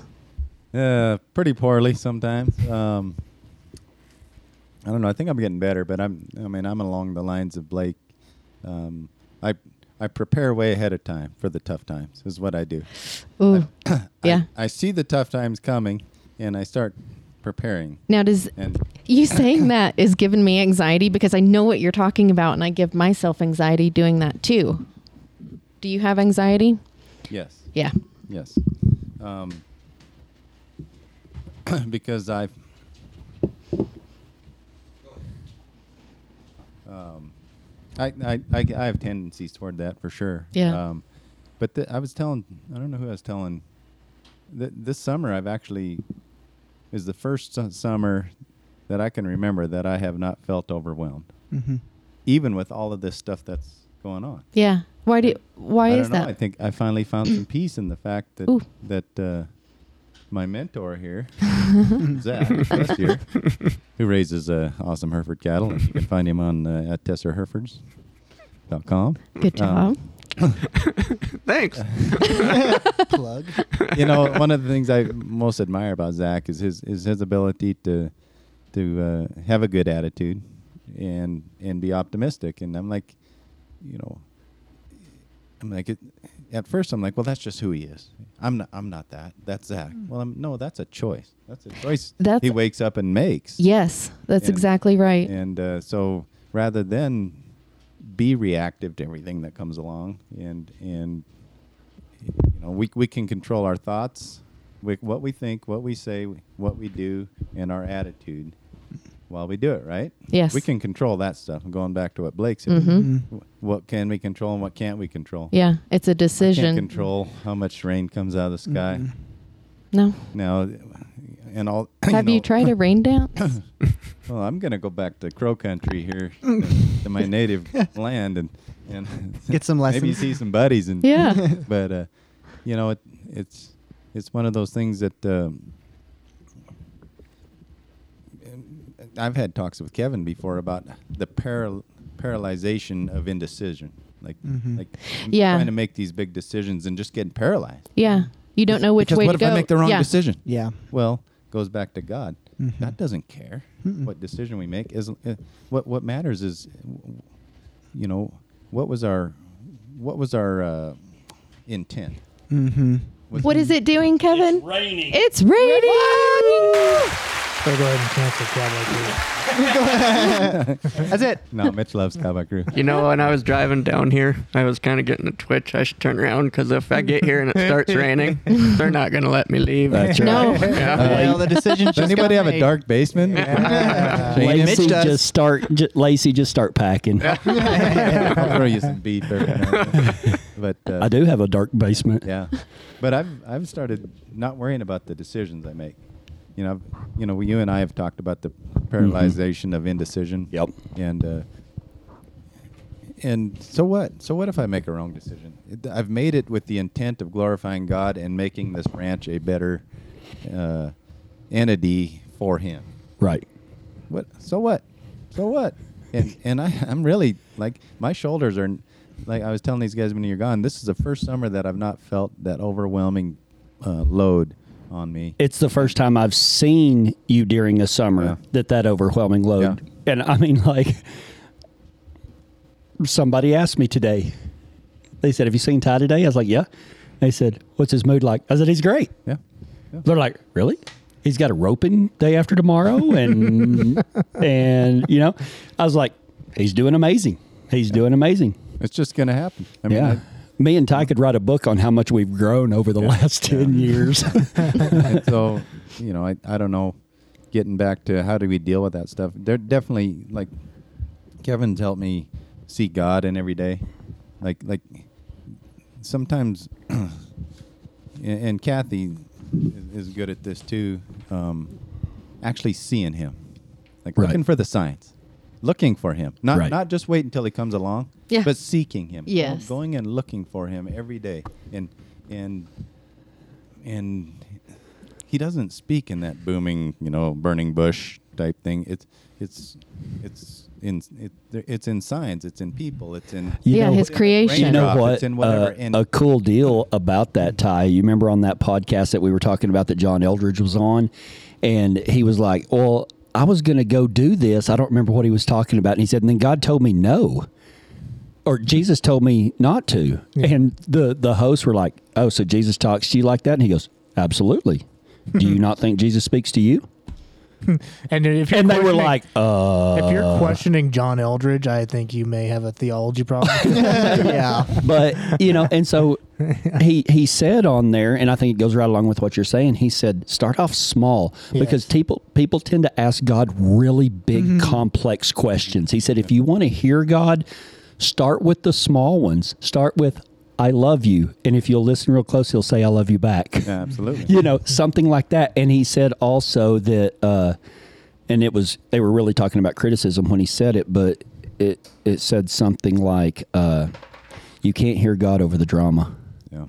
S4: uh, pretty poorly sometimes. Um, I don't know. I think I'm getting better, but I'm. I mean, I'm along the lines of Blake. Um, I I prepare way ahead of time for the tough times. Is what I do.
S1: Ooh. yeah.
S4: I see the tough times coming, and I start preparing.
S1: now, does
S4: And
S1: you saying that is giving me anxiety because I know what you're talking about, and I give myself anxiety doing that too. Do you have anxiety?
S4: yes,
S1: Yeah.
S4: yes, um, because I've. Um, I, I, I, I have tendencies toward that for sure.
S1: Yeah.
S4: Um, but th- I was telling, I don't know who I was telling. Th- this summer, I've actually is the first su- summer that I can remember that I have not felt overwhelmed,
S7: Mm-hmm.
S6: Mhm.
S4: even with all of this stuff that's going on.
S1: Yeah. Why do? Why
S4: I
S1: is
S4: don't know.
S1: that?
S4: I think I finally found some peace in the fact that
S1: Ooh.
S4: that uh, my mentor here, Zach, last year, who raises uh, awesome Hereford cattle, and you can find him on uh, at tesserherfords.com.
S1: Good job.
S4: um,
S7: Thanks.
S6: Plug.
S4: you know, one of the things I most admire about Zach is his is his ability to to uh, have a good attitude and and be optimistic. And I'm like, you know, I'm like, it, at first I'm like, well, that's just who he is. I'm not I'm not that. That's Zach. Well, I'm no, that's a choice. That's a choice.
S1: That's-
S4: he wakes up and makes.
S1: yes, that's
S4: And-
S1: exactly right.
S4: And uh, so rather than be reactive to everything that comes along, and and you know we we can control our thoughts, we, what we think, what we say, what we do, and our attitude while we do it. Right?
S1: Yes.
S4: We can Mm-hmm. control that stuff. I'm going back to what Blake said.
S1: Mhm.
S4: Wh- What can we control and what can't we control?
S1: Yeah, it's a
S4: We
S1: decision.
S4: Can't control how much rain comes out of the sky.
S1: No.
S4: Now, and all.
S1: Have you
S4: know,
S1: tried a rain dance?
S4: well, I'm gonna go back to Crow Country here, to my native land, and and
S6: Get some
S4: Maybe
S6: lessons.
S4: see some buddies and
S1: Yeah.
S4: But uh, you know, it, it's it's one of those things that um, I've had talks with Kevin before about the paral- paralyzation of indecision, like like
S1: Yeah.
S4: trying to make these big decisions and just getting paralyzed.
S1: yeah. You don't know which
S4: Because
S1: way
S4: what
S1: to
S4: if
S1: go.
S4: I make the wrong
S1: yeah.
S4: decision?
S6: Yeah.
S4: Well, goes back to God.
S6: Mm-hmm.
S4: God doesn't care what decision we make. Is uh, what what matters is, w- you know, what was our what was our uh, intent?
S6: Mm-hmm.
S4: Was
S1: What is it doing, Kevin?
S5: raining.
S1: It's raining.
S2: Better go ahead and cancel Cowboy Crew.
S4: That's it. no, Mitch loves Cowboy Crew.
S7: You know, when I was driving down here, I was kind of getting a twitch. I should turn around because if I get here and it starts raining, they're not going to let me leave.
S5: That's right.
S1: No.
S7: Yeah.
S6: well, the decision.
S4: Does anybody have a dark basement? Shane,
S6: Like
S5: Lacey
S6: Mitch does.
S5: just start. J- Lacey just start packing.
S4: I'll throw you some beef. every now and then. But uh,
S5: I do have a dark basement.
S4: Yeah, but I've I've started not worrying about the decisions I make. You know, I've, you know, you and I have talked about the paralyzation of indecision.
S5: Yep.
S4: And uh, and so what? So what if I make a wrong decision? It, I've made it with the intent of glorifying God and making this ranch a better uh, entity for Him
S5: Right.
S4: what so what so what and and I, i'm really like my shoulders are like i was telling these guys when you're gone this is the first summer that i've not felt that overwhelming uh, load on me
S5: It's the first time I've seen you during a summer
S4: Yeah.
S5: that that overwhelming load. And I mean, like, somebody asked me today. They said, "Have you seen Ty today?" I was like, "Yeah." They said, "What's his mood like?" I said, "He's great."
S4: yeah
S5: They're like, "Really?" he's got a roping day after tomorrow, and and you know, I was like, he's doing amazing. He's doing amazing.
S4: It's just going to happen. I mean,
S5: yeah. Me and Ty could write a book on how much we've grown over the last 10 years.
S4: and so you know I, I don't know getting back to how do we deal with that stuff they're definitely like kevin's helped me see god in every day like like sometimes and, and kathy is- is good at this too um, actually seeing him like
S5: Right.
S4: looking for the signs looking for him not
S5: Right.
S4: not just wait until he comes along
S1: Yeah.
S4: but seeking him
S1: Yes.
S4: going and looking for him every day and and and he doesn't speak in that booming, you know, burning bush type thing. It's it's it's in it, it's in signs, it's in people, it's in
S5: You
S1: yeah,
S5: know-
S1: his
S4: It's in the
S1: creation.
S5: You know
S4: Raindrops,
S5: what?
S4: it's in whatever,
S5: Uh,
S4: and-
S5: a cool deal about that, Ty. You remember on that podcast that we were talking about that John Eldridge was on, and he was like, "Well, I was going to go do this. I don't remember what he was talking about." And he said, "And then God told me no." Or Jesus told me not to, and the the hosts were like, "Oh, so Jesus talks to you like that?" And he goes, "Absolutely." Do you not think Jesus speaks to you?
S2: And if you're
S5: And they were
S2: questioning-
S5: like, "Uh."
S2: if you're questioning John Eldridge, I think you may have a theology problem.
S6: yeah.
S5: but you know, and so he he said on there, and I think it goes right along with what you're saying. He said, start off small because people people tend to ask God really big, complex questions. He said, if you want to hear God, start with the small ones. Start with I love you, and if you'll listen real close, he'll say I love you back
S4: Yeah, absolutely.
S5: you know something like that and he said also that uh and it was they were really talking about criticism when he said it but it it said something like uh you can't hear god over the drama
S4: Yeah.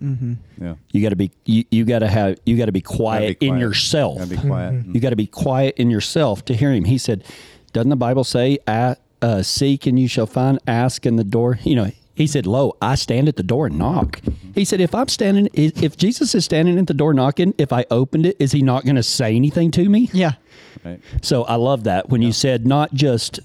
S4: Yeah.
S5: you got to be you, you got to have you got to be quiet in yourself
S4: Gotta be quiet. Mhm.
S5: you got to be quiet in yourself to hear him he said doesn't the bible say "A- uh, seek and you shall find ask and the door you know he said lo i stand at the door and knock he said if i'm standing if if jesus is standing at the door knocking if i opened it is he not going to say anything to me
S6: Yeah.
S4: mm, Right.
S5: so I love that when you said not just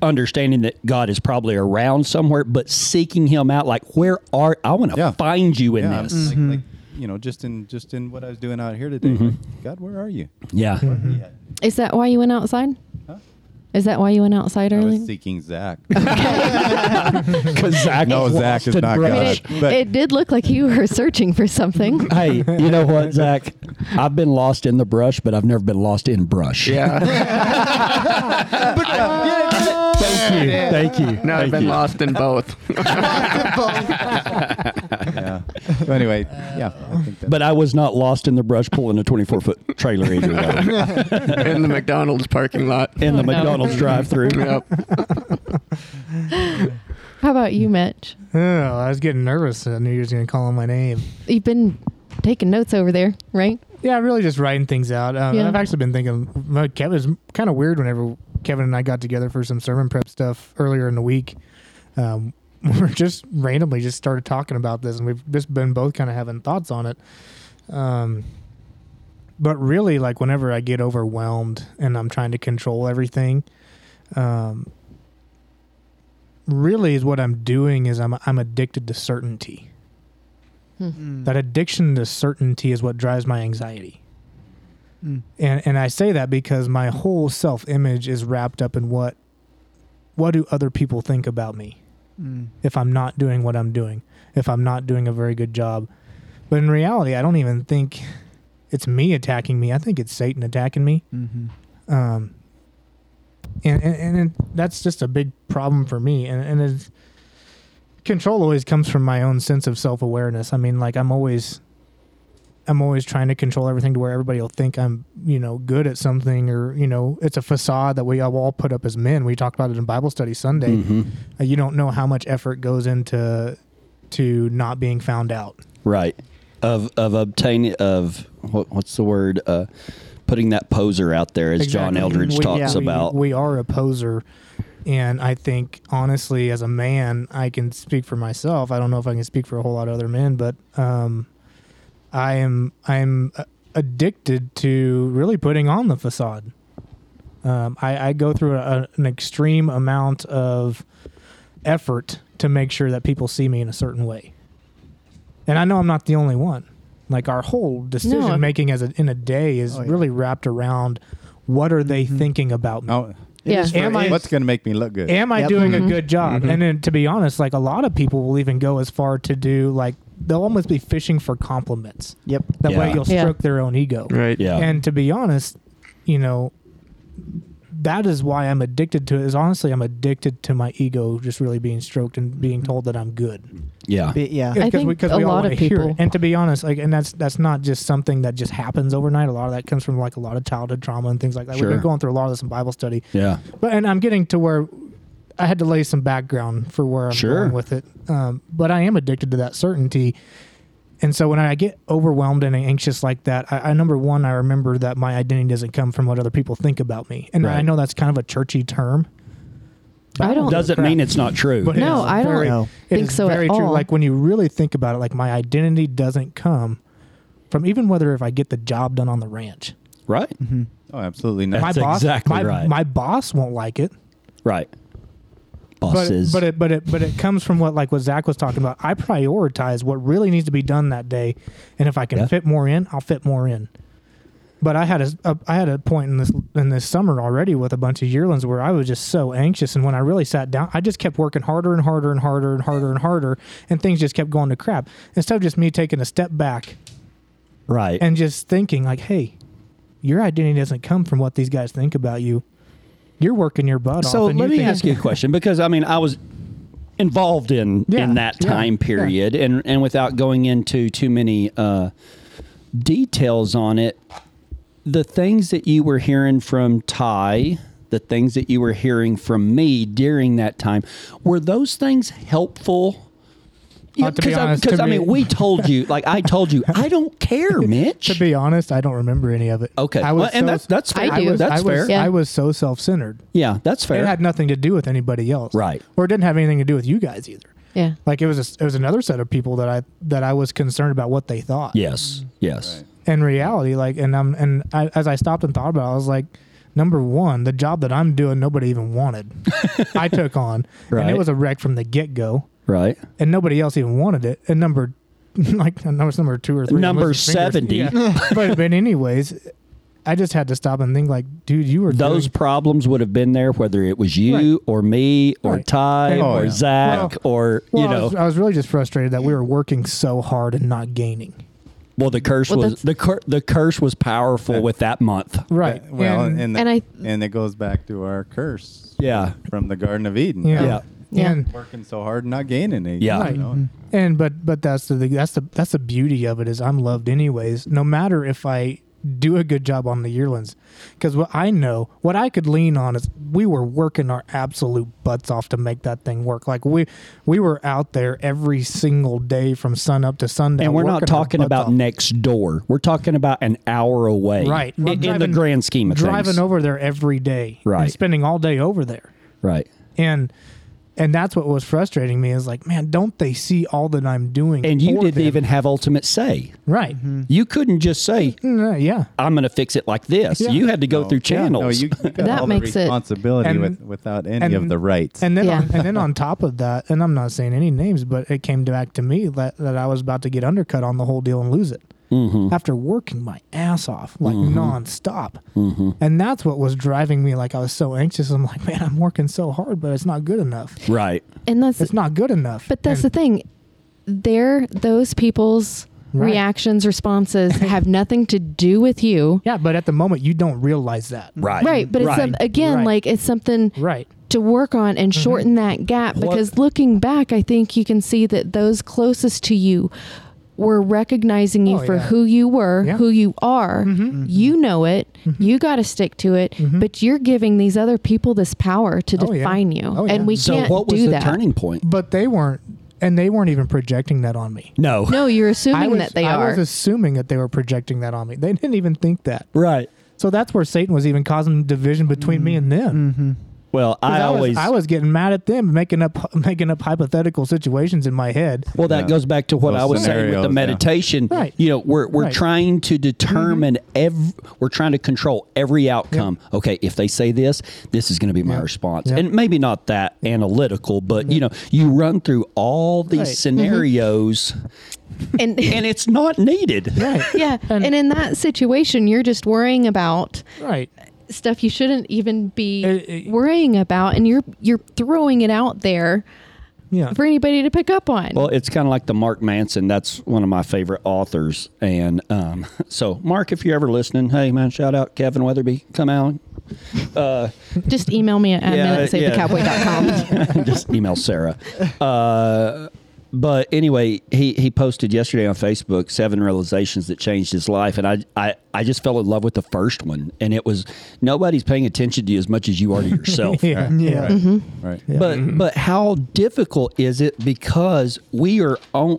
S5: understanding that God is probably around somewhere, but seeking Him out. Like, where are I want to
S4: Yeah.
S5: find you in
S4: Yeah.
S5: this? Mm-hmm.
S4: Like, like, you know, just in just in what I was doing out here today. like, God, where are you?
S5: Yeah,
S4: Yeah.
S1: Is that why you went outside?
S4: Huh?
S1: Is that why you went outside
S4: I
S1: earlier?
S4: was seeking Zach.
S5: because Zach,
S4: No,
S5: is
S4: Zach is
S5: lost and
S4: not
S1: I
S5: broke.
S1: mean,
S4: God.
S1: it,
S4: But-
S1: it did look like you were searching for something.
S5: Hey, you know what, Zach? I've been lost in the brush, but I've never been lost in brush.
S7: Yeah.
S5: Thank you. Thank you.
S7: No, I've
S5: Thank
S7: been
S5: you.
S7: lost in both.
S4: yeah. So anyway, yeah. I think that,
S5: But I was not lost in the brush pulling a 24 foot trailer either, though,
S7: in the McDonald's parking lot.
S5: in the
S1: Oh, no.
S5: McDonald's drive through.
S7: Yep.
S1: How about you, Mitch?
S2: oh, I was getting nervous. I knew you was going to call on my name.
S1: You've been taking notes over there, right?
S2: Yeah, really just writing things out. Um,
S1: Yeah.
S2: I've actually been thinking, uh, like, Kevin, it's kind of weird whenever Kevin and I got together for some sermon prep stuff earlier in the week. Um, we're just randomly just started talking about this, and we've just been both kind of having thoughts on it. Um, but really, like, whenever I get overwhelmed and I'm trying to control everything, um, really is what I'm doing is I'm, I'm addicted to certainty. That addiction to certainty is what drives my anxiety.
S6: Mm.
S2: And and I say that because my whole self-image is wrapped up in what what do other people think about me
S6: Mm.
S2: if I'm not doing what I'm doing, if I'm not doing a very good job. But in reality, I don't even think it's me attacking me. I think it's Satan attacking me.
S6: Mm-hmm.
S2: Um, and, and, and that's just a big problem for me. And, and it's, control always comes from my own sense of self awareness. I mean, like I'm always, I'm always trying to control everything to where everybody will think I'm, you know, good at something or, you know, it's a facade that we all put up as men. We talked about it in Bible study Sunday.
S5: Mm-hmm.
S2: Uh, you don't know how much effort goes into, to not being found out.
S5: Right. Of of obtaining of what, what's the word? Uh, putting that poser out there as John
S2: Exactly.
S5: Eldridge
S2: We-
S5: talks
S2: yeah, we-
S5: about.
S2: We, are a poser. And I think, honestly, as a man, I can speak for myself. I don't know if I can speak for a whole lot of other men, but um, I am I am uh, addicted to really putting on the facade. Um, I, I go through a, an extreme amount of effort to make sure that people see me in a certain way, and I know I'm not the only one. Like our whole decision making as a, in a day is
S3: Oh, yeah. Mm-hmm.
S2: really wrapped around what are they thinking about
S5: Oh.
S2: me?
S4: Now,
S3: It
S1: Yeah.
S3: is
S2: Am
S3: for-
S2: I-
S3: it-
S4: what's going to make me look good?
S2: Am I
S6: Yep.
S2: doing
S5: Mm-hmm.
S1: Mhm.
S2: a good job?
S7: Mhm.
S2: And then to be honest, like a lot of people will even go as far to do like they'll almost be fishing for compliments.
S6: Yep.
S2: That way
S5: Yeah.
S2: you'll
S1: Yeah.
S2: stroke their own ego.
S7: Right.
S5: Yeah.
S2: And to be honest, you know, that is why I'm addicted to it. Is honestly, I'm addicted to my ego just really being stroked and being
S3: Mm-hmm.
S2: told that I'm good.
S5: yeah.
S6: Be- yeah.
S1: I
S2: Because we,
S1: think
S2: cause
S1: a
S2: we all
S1: lot of
S2: wanna hear
S1: people-
S2: it. And to be honest, like, and that's that's not just something that just happens overnight. A lot of that comes from like a lot of childhood trauma and things like that. We've
S5: Sure.
S2: been going through a lot of this in Bible study,
S5: Yeah.
S2: but and I'm getting to where I had to lay some background for where I'm
S5: Sure.
S2: going with it. Um, but I am addicted to that certainty. And so when I get overwhelmed and anxious like that, I, I number one, I remember that my identity doesn't come from what other people think about me. And I
S5: Right.
S2: know that's kind of a churchy term.
S1: I don't-
S5: Doesn't mean it's not true.
S2: But it
S1: No,
S2: is
S1: I don't
S2: very-
S6: No.
S2: it
S1: think
S2: is
S1: so at
S2: Very true.
S1: all.
S2: Like when you really think about it, like my identity doesn't come from even whether if I get the job done on the ranch.
S5: right.
S2: Mm-hmm.
S4: oh, absolutely
S2: my
S4: not.
S5: That's
S2: boss,
S5: exactly
S2: my,
S5: right.
S2: my boss won't like it.
S5: Right.
S2: but,
S5: Bosses.
S2: but it but it but it comes from what like what Zach was talking about. I prioritize what really needs to be done that day, and if I can
S5: Yeah.
S2: fit more in, I'll fit more in. But I had a, a I had a point in this in this summer already with a bunch of yearlings where I was just so anxious, and when I really sat down, I just kept working harder and harder and harder and harder and harder, and things just kept going to crap. Instead of just me taking a step back
S5: right.
S2: and just thinking like, hey, your identity doesn't come from what these guys think about you. You're working your butt
S5: so
S2: off. and you
S5: let me
S2: think-
S5: ask you a question because I mean I was involved in
S2: Yeah,
S5: in that
S2: yeah,
S5: time
S2: yeah.
S5: period and and without going into too many uh, details on it, the things that you were hearing from Ty, the things that you were hearing from me during that time, were those things helpful?
S2: Uh, to be honest,
S5: because
S2: to
S5: I, mean,
S2: me-
S5: we told you, like I told you, I don't care, Mitch.
S2: To be honest, I don't remember any of it.
S5: okay,
S2: I
S5: well, and that's that's
S1: I
S5: fair.
S1: do.
S2: was-
S5: That's
S2: I
S5: fair.
S2: Was,
S1: Yeah.
S2: I was so self-centered.
S5: yeah, that's fair.
S2: It had nothing to do with anybody else,
S5: Right.
S2: Or it didn't have anything to do with you guys either.
S1: Yeah.
S2: Like it was, a, it was another set of people that I that I was concerned about what they thought.
S5: yes, yes.
S2: In reality, like, and I'm and I, as I stopped and thought about, it, I was like, number one, the job that I'm doing, nobody even wanted. I took on, and
S5: Right.
S2: it was a wreck from the get go,
S5: Right.
S2: and nobody else even wanted it. And number, like, I know it's number two or three. I'm
S5: Number
S2: losing fingers.
S5: 70.
S2: Yeah. but but anyways, I just had to stop and think, like, dude, you were
S5: Those
S2: doing-
S5: problems would have been there whether it was you
S2: Right.
S5: or me or
S2: Right.
S5: Ty
S2: Yeah.
S5: or
S4: Oh, yeah.
S5: Zach or
S2: Well, uh,
S5: you
S2: I,
S5: know.
S2: was, I was really just frustrated that we were working so hard and not gaining.
S5: well, the curse
S1: Well, that's-
S5: was the cur- the curse was powerful
S4: Yeah.
S5: with that month.
S2: Right.
S4: Uh, well, and and,
S1: and I-
S4: and it goes back to our curse.
S5: Yeah.
S4: From the Garden of Eden.
S2: Yeah.
S5: Yeah.
S1: Yeah.
S2: And,
S4: Working so hard, and not gaining anything.
S5: Yeah. Mm-hmm.
S4: You know?
S2: and but but that's the that's the that's the beauty of it is I'm loved anyways. No matter if I do a good job on the yearlings, because what I know, what I could lean on is we were working our absolute butts off to make that thing work. Like we we were out there every single day from sun up to sundown.
S5: And we're not
S2: working our
S5: talking
S2: butts
S5: about
S2: off.
S5: next door. We're talking about an hour away.
S2: Right.
S5: In,
S2: We're
S5: in
S2: driving-
S5: the grand scheme of
S2: driving
S5: things.
S2: over there every day, and
S5: Right.
S2: spending all day over there.
S5: Right.
S2: and and that's what was frustrating me is like man don't they see all that i'm doing
S5: And you
S2: for
S5: didn't
S2: them?
S5: even have ultimate say.
S2: right
S5: You couldn't just say,
S2: Mm, yeah
S5: I'm going to fix it like this.
S2: Yeah.
S5: You had to go
S4: No.
S5: through
S4: Yeah,
S5: channels.
S4: No, you, you got
S1: That
S4: all
S1: makes it-
S4: the responsibility
S2: And-
S4: with, without any of
S2: and-
S4: the rights.
S2: and then
S1: Yeah.
S2: on, and then on top of that and i'm not saying any names but it came back to me that, that i was about to get undercut on the whole deal and lose it
S1: Mm-hmm.
S2: after working my ass off like nonstop
S1: Mm-hmm.
S2: and that's what was driving me like i was so anxious i'm like man i'm working so hard but it's not good enough
S5: right.
S1: And that's
S2: it's not good enough
S1: But that's
S2: And-
S1: the thing. They're those people's
S2: Right.
S1: reactions, responses have nothing to do with you.
S2: yeah but at the moment you don't realize that
S5: Right.
S1: Right. But it's some, again,
S2: Right.
S1: like it's something
S2: right
S1: to work on
S2: Mm-hmm.
S1: and shorten that gap
S5: What-
S1: because looking back, I think you can see that those closest to you were recognizing you
S2: Oh,
S1: for
S2: yeah.
S1: who you were,
S2: Yeah. Mm-hmm.
S1: who you are. You know it. You got to stick to it. But you're giving these other people this power to
S2: Oh, yeah.
S1: define you.
S2: Oh, yeah.
S1: And we
S5: so
S1: can't
S5: what was
S1: do
S5: the
S1: that.
S5: turning point?
S2: but they weren't and they weren't even projecting that on me
S5: No.
S1: No, you're assuming
S2: I was,
S1: that they
S2: I
S1: are.
S2: was assuming that they were projecting that on me. They didn't even think that.
S5: Right.
S2: So that's where Satan was even causing division between me and them.
S1: Mm-hmm.
S5: Well,
S2: 'Cause
S5: I,
S2: was-
S5: always
S2: I was getting mad at them, making up making up hypothetical situations in my head.
S5: Well, that
S4: Yeah.
S5: goes back to what
S4: Those
S5: I was saying with the
S4: scenarios, yeah.
S5: meditation.
S2: Right.
S5: You know, we're we're
S2: Right. Mm-hmm.
S5: trying to determine every we're trying to control every outcome. Okay, if they say this, this is going to be my
S2: Yep.
S5: response.
S2: Yep. Mm-hmm.
S5: And maybe not that analytical, but you know, you run through all these
S2: Right. Mhm.
S5: scenarios
S1: and
S5: and it's not needed.
S2: Right.
S1: yeah, and, in that situation, you're just worrying about
S2: Right.
S1: stuff you shouldn't even be
S2: It- it-
S1: worrying about, and you're you're throwing it out there
S2: Yeah.
S1: for anybody to pick up on.
S5: Well, it's kind of like the Mark Manson. That's one of my favorite authors. And um, so, Mark, if you're ever listening, hey man, shout out Kevin Weatherby. Come out. Uh,
S1: just email me at
S5: Yeah,
S1: admin at
S5: yeah.
S1: savethecowboy.com.
S5: just email Sarah. Uh, but anyway, he, he posted yesterday on Facebook seven realizations that changed his life, and I, I I just fell in love with the first one, and it was nobody's paying attention to you as much as you are to yourself.
S2: Yeah. Yeah.
S4: Right.
S1: Mm-hmm.
S4: Right.
S5: But but how difficult is it because we are on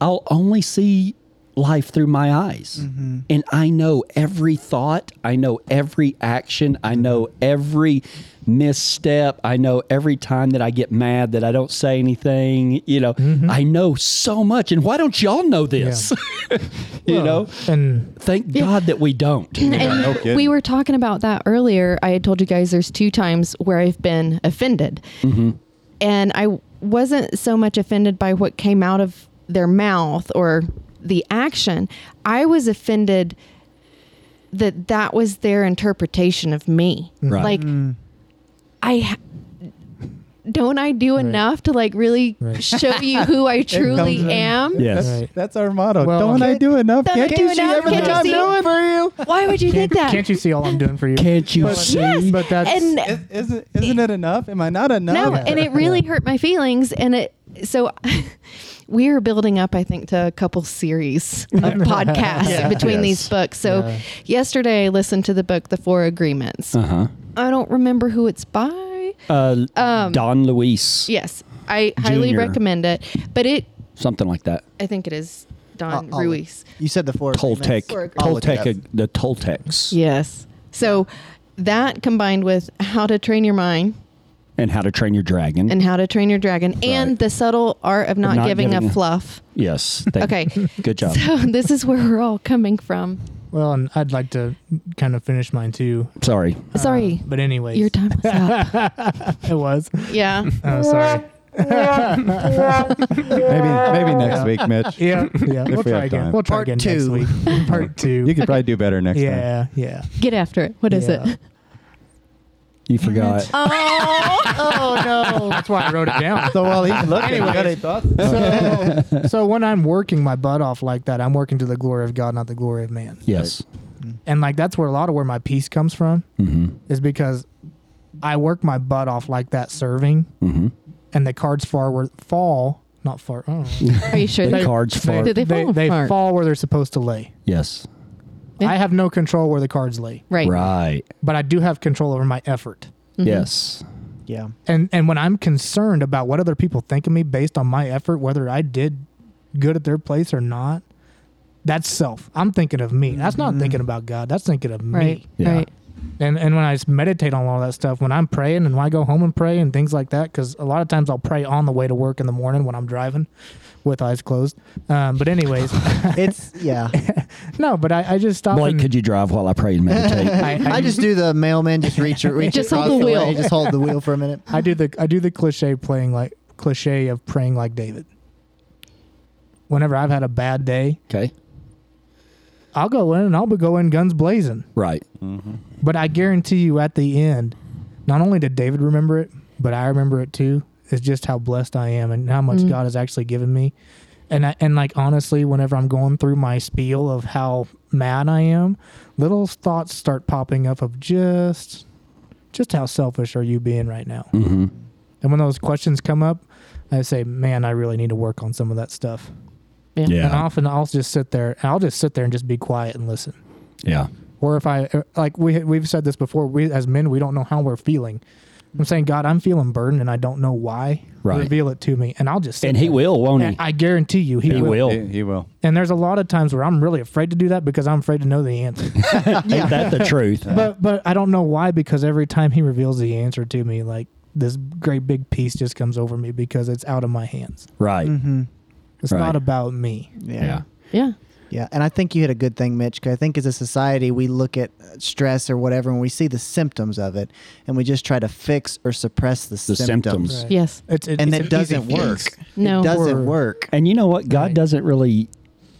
S5: I'll only see life through my eyes. And I know every thought, I know every action, I know every misstep, I know every time that I get mad that I don't say anything, you know, I know so much and why don't y'all know this? you know?
S2: And
S5: Thank God that we don't.
S1: and
S4: kidding.
S1: we were talking about that earlier. I had told you guys there's two times where I've been offended.
S5: Mm-hmm.
S1: And I wasn't so much offended by what came out of their mouth or the action. I was offended that that was their interpretation of me.
S2: mm.
S5: Right.
S1: Like
S4: Mm.
S1: I ha- don't I do enough to like really
S2: Right.
S1: show you who I truly
S3: comes in.
S1: am?
S5: Yes.
S2: Right.
S4: That's our motto.
S2: Well,
S4: Don't I
S2: Can't-
S4: do enough?
S1: Don't I
S4: Can't
S1: do
S4: you see
S1: enough?
S4: everything
S1: Can't you
S4: I'm
S1: see?
S4: doing for you?
S1: Why would you
S2: can't,
S1: think that?
S2: can't you see all I'm doing for you?
S5: Can't you
S2: But-
S5: see?
S1: Yes.
S2: But that's
S1: and
S4: Is- Isn't isn't it enough? Am I not enough?
S1: No, and it really hurt my feelings. And it so we are building up, I think, to a couple series of podcasts between
S5: Yes.
S1: these books. So
S2: Yeah.
S1: yesterday I listened to the book The Four Agreements.
S5: Uh-huh.
S1: I don't remember who it's by.
S5: Uh Don Luis.
S1: Yes, I highly
S5: Junior.
S1: recommend it. But it,
S5: Something like that.
S1: I think it is Don
S6: Uh, I'll- I'll-
S1: Ruiz.
S6: You said the four
S5: Toltec,
S1: Or-
S6: I'll look it
S5: Toltec, the Toltecs,
S1: Yes. So that combined with How to Train Your Mind
S5: and How to Train Your Dragon.
S1: and How to Train Your Dragon and The Subtle Art of Not,
S5: not
S1: giving,
S5: giving
S1: a
S5: a-
S1: Fluff.
S5: yes. thank-
S1: Okay.
S5: Good job.
S1: So this is where we're all coming from.
S2: well, and I'd like to kind of finish mine too.
S5: Sorry.
S2: Uh,
S1: Sorry.
S2: but anyways,
S1: Your time was up.
S2: it was.
S1: Yeah.
S2: Oh, sorry.
S4: maybe maybe next week, Mitch.
S2: Yeah, yeah. We'll
S4: we
S2: try
S4: have
S2: again.
S4: time.
S2: We'll try
S6: Part
S2: again
S6: two.
S2: next week. Part two.
S4: You could probably do better next time.
S2: yeah, yeah.
S1: Get after it. What is
S2: Yeah.
S1: it?
S5: You forgot.
S1: Oh, oh no.
S2: That's why I wrote it down.
S4: So while he's looking, you got any thoughts?
S2: so, so when I'm working my butt off like that, I'm working to the glory of God, not the glory of man.
S5: Yes.
S2: And like that's where a lot of where my peace comes from
S5: Mm-hmm.
S2: is because I work my butt off like that serving,
S5: Mm-hmm.
S2: and the cards far where fall not far. Oh.
S1: Are you sure?
S5: The
S1: that-
S5: cards fart.
S1: Did they fall
S2: they
S1: apart?
S2: fall where they're supposed to lay.
S5: Yes.
S1: Yeah.
S2: I have no control where the cards lay,
S1: Right.
S5: Right.
S2: but I do have control over my effort.
S1: Mhm.
S5: Yes.
S6: Yeah.
S2: And and when I'm concerned about what other people think of me based on my effort, whether I did good at their place or not, that's self. I'm thinking of me. That's not thinking about God. That's thinking of
S1: Right.
S2: me.
S5: Yeah.
S1: Right.
S2: And and when I just meditate on all that stuff, when I'm praying and when I go home and pray and things like that, because a lot of times I'll pray on the way to work in the morning when I'm driving, with eyes closed. Um, but anyways,
S6: It's yeah.
S2: no. But I, I just stop.
S5: Blake,
S2: and-
S5: could you drive while I pray and meditate?
S2: I, I,
S6: I just do the mailman. Just reach, reach
S1: Just hold
S6: across
S1: the
S6: way,
S1: wheel.
S6: Just hold the wheel for a minute.
S2: I do the I do the cliche playing like cliche of praying like David. Whenever I've had a bad day,
S5: okay.
S2: I'll go in and I'll be going guns blazing.
S5: Right.
S2: But I guarantee you at the end, not only did David remember it, but I remember it too. It's just how blessed I am and how much God has actually given me. And I, and like honestly, whenever I'm going through my spiel of how mad I am, little thoughts start popping up of just just how selfish are you being right now?
S5: Mm-hmm.
S2: And when those questions come up, I say, "Man, I really need to work on some of that stuff." And
S5: Yeah.
S2: often I'll just sit there. I'll just sit there and just be quiet and listen
S5: Yeah.
S2: or if I like we we've said this before. We as men, we don't know how we're feeling. I'm saying, God, I'm feeling burdened, and I don't know why.
S5: Right.
S2: Reveal it to me, and I'll just. sit
S5: And he
S2: there.
S5: will, won't he?
S2: And I guarantee you, he,
S5: he
S2: will.
S5: will.
S4: He, he will.
S2: And there's a lot of times where I'm really afraid to do that because I'm afraid to know the answer.
S5: Ain't that the truth?
S2: but but I don't know why because every time he reveals the answer to me, like this great big piece just comes over me
S1: Mm-hmm.
S2: because it's out of my hands.
S5: right.
S2: It's
S5: Right.
S2: not about me.
S5: Yeah.
S1: Yeah.
S6: Yeah, and I think you hit a good thing, Mitch. 'cause I think as a society, we look at uh, stress or whatever, and we see the symptoms of it, and we just try to fix or suppress the,
S5: The symptoms.
S2: Right.
S1: Yes.
S2: It's, it,
S6: and
S2: it's
S6: that
S2: an easy
S6: doesn't work.
S2: fix.
S1: No.
S6: it doesn't
S2: Or-
S6: work.
S5: And you know what? God
S2: Right.
S5: doesn't really.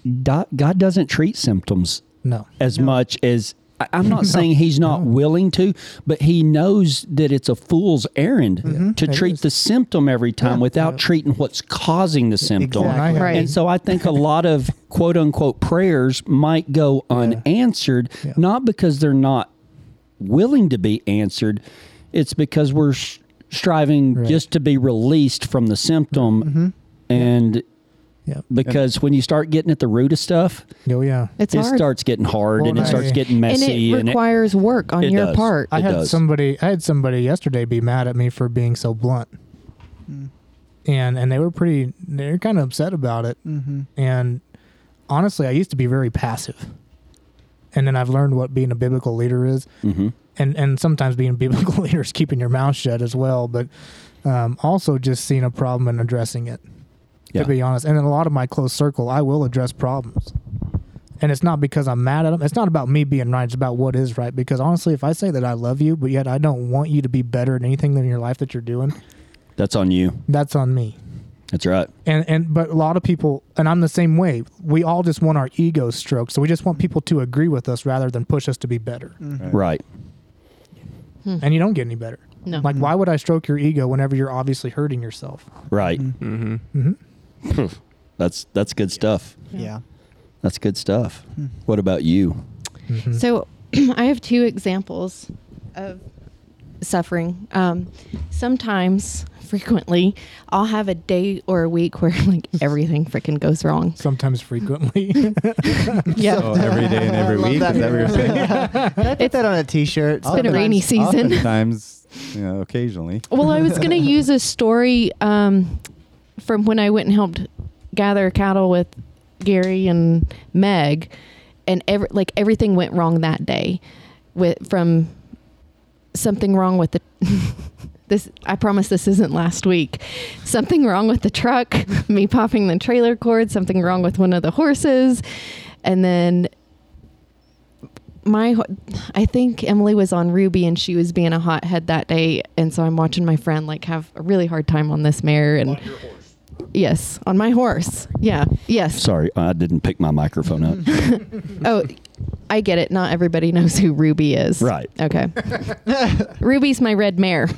S5: do- God doesn't treat symptoms
S2: No.
S5: as much as I- I'm not saying he's not willing to, but he knows that it's a fool's errand to
S2: Mm-hmm. it
S5: treat
S2: is.
S5: the symptom every time without treating what's causing the symptom.
S2: When I
S6: Exactly.
S2: have-
S1: Right.
S5: And so I think a lot of quote unquote prayers might go unanswered, not because they're not willing to be answered, it's because we're s- striving just to be released from the symptom. And
S2: Mm-hmm. Yeah.
S5: because when you start getting at the root of stuff,
S2: Oh, yeah.
S1: It's
S5: it
S1: hard.
S5: starts getting hard and
S2: Well,
S5: it starts
S2: I-
S5: getting
S1: and
S5: messy
S1: it requires work on
S5: it
S1: your
S5: does.
S1: part.
S2: I
S5: It
S2: had
S5: does.
S2: somebody I had somebody yesterday be mad at me for being so blunt. And and they were pretty they're kind of upset about it. Mm-hmm. And honestly, I used to be very passive. And then I've learned what being a biblical leader is.
S5: Mhm.
S2: And and sometimes being a biblical leader is keeping your mouth shut as well, but um, also just seeing a problem and addressing it.
S5: Yeah.
S2: To be honest, and in a lot of my close circle, I will address problems and it's not because I'm mad at them. It's not about me being right. It's about what is right. Because honestly, if I say that I love you, but yet I don't want you to be better at anything in your life that you're doing,
S5: That's on you.
S2: that's on me.
S5: That's right.
S2: And and but a lot of people, and I'm the same way. We all just want our ego stroked, so we just want people to agree with us rather than push us to be better.
S1: Mm.
S6: Mm-hmm.
S5: Right.
S2: And you don't get any better.
S1: No. Mm-hmm.
S2: Like, why would I stroke your ego whenever you're obviously hurting yourself? Mm-hmm.
S5: Right.
S1: Mm-hmm.
S6: Mm-hmm.
S7: Mm-hmm.
S5: That's that's good stuff.
S6: Yeah.
S5: That's good stuff.
S1: Mm-hmm.
S5: What about you?
S2: Mm-hmm.
S1: So I have two examples of suffering. Um, sometimes, frequently, I'll have a day or a week where like everything freaking goes wrong.
S2: Sometimes frequently.
S1: Yeah.
S4: Oh, every day and every
S6: I love
S4: week.
S6: that.
S4: Is that what you're saying?
S6: Put that on a t-shirt. It's
S1: been a rainy season.
S4: Oftentimes, you know, occasionally.
S1: Well, I was going to use a story um, from when I went and helped gather cattle with Gary and Meg, and every, like everything went wrong that day, with from something wrong with the. This I promise this isn't last week. Something wrong with the truck, me popping the trailer cord, something wrong with one of the horses, and then my ho- I think Emily was on Ruby and she was being a hothead that day, and so I'm watching my friend like have a really hard time on this mare and yes, on my horse, yeah, yes.
S5: Sorry, I didn't pick my microphone up.
S1: Oh, I get it. Not everybody knows who Ruby is,
S5: Right.
S1: Okay, Ruby's my red mare.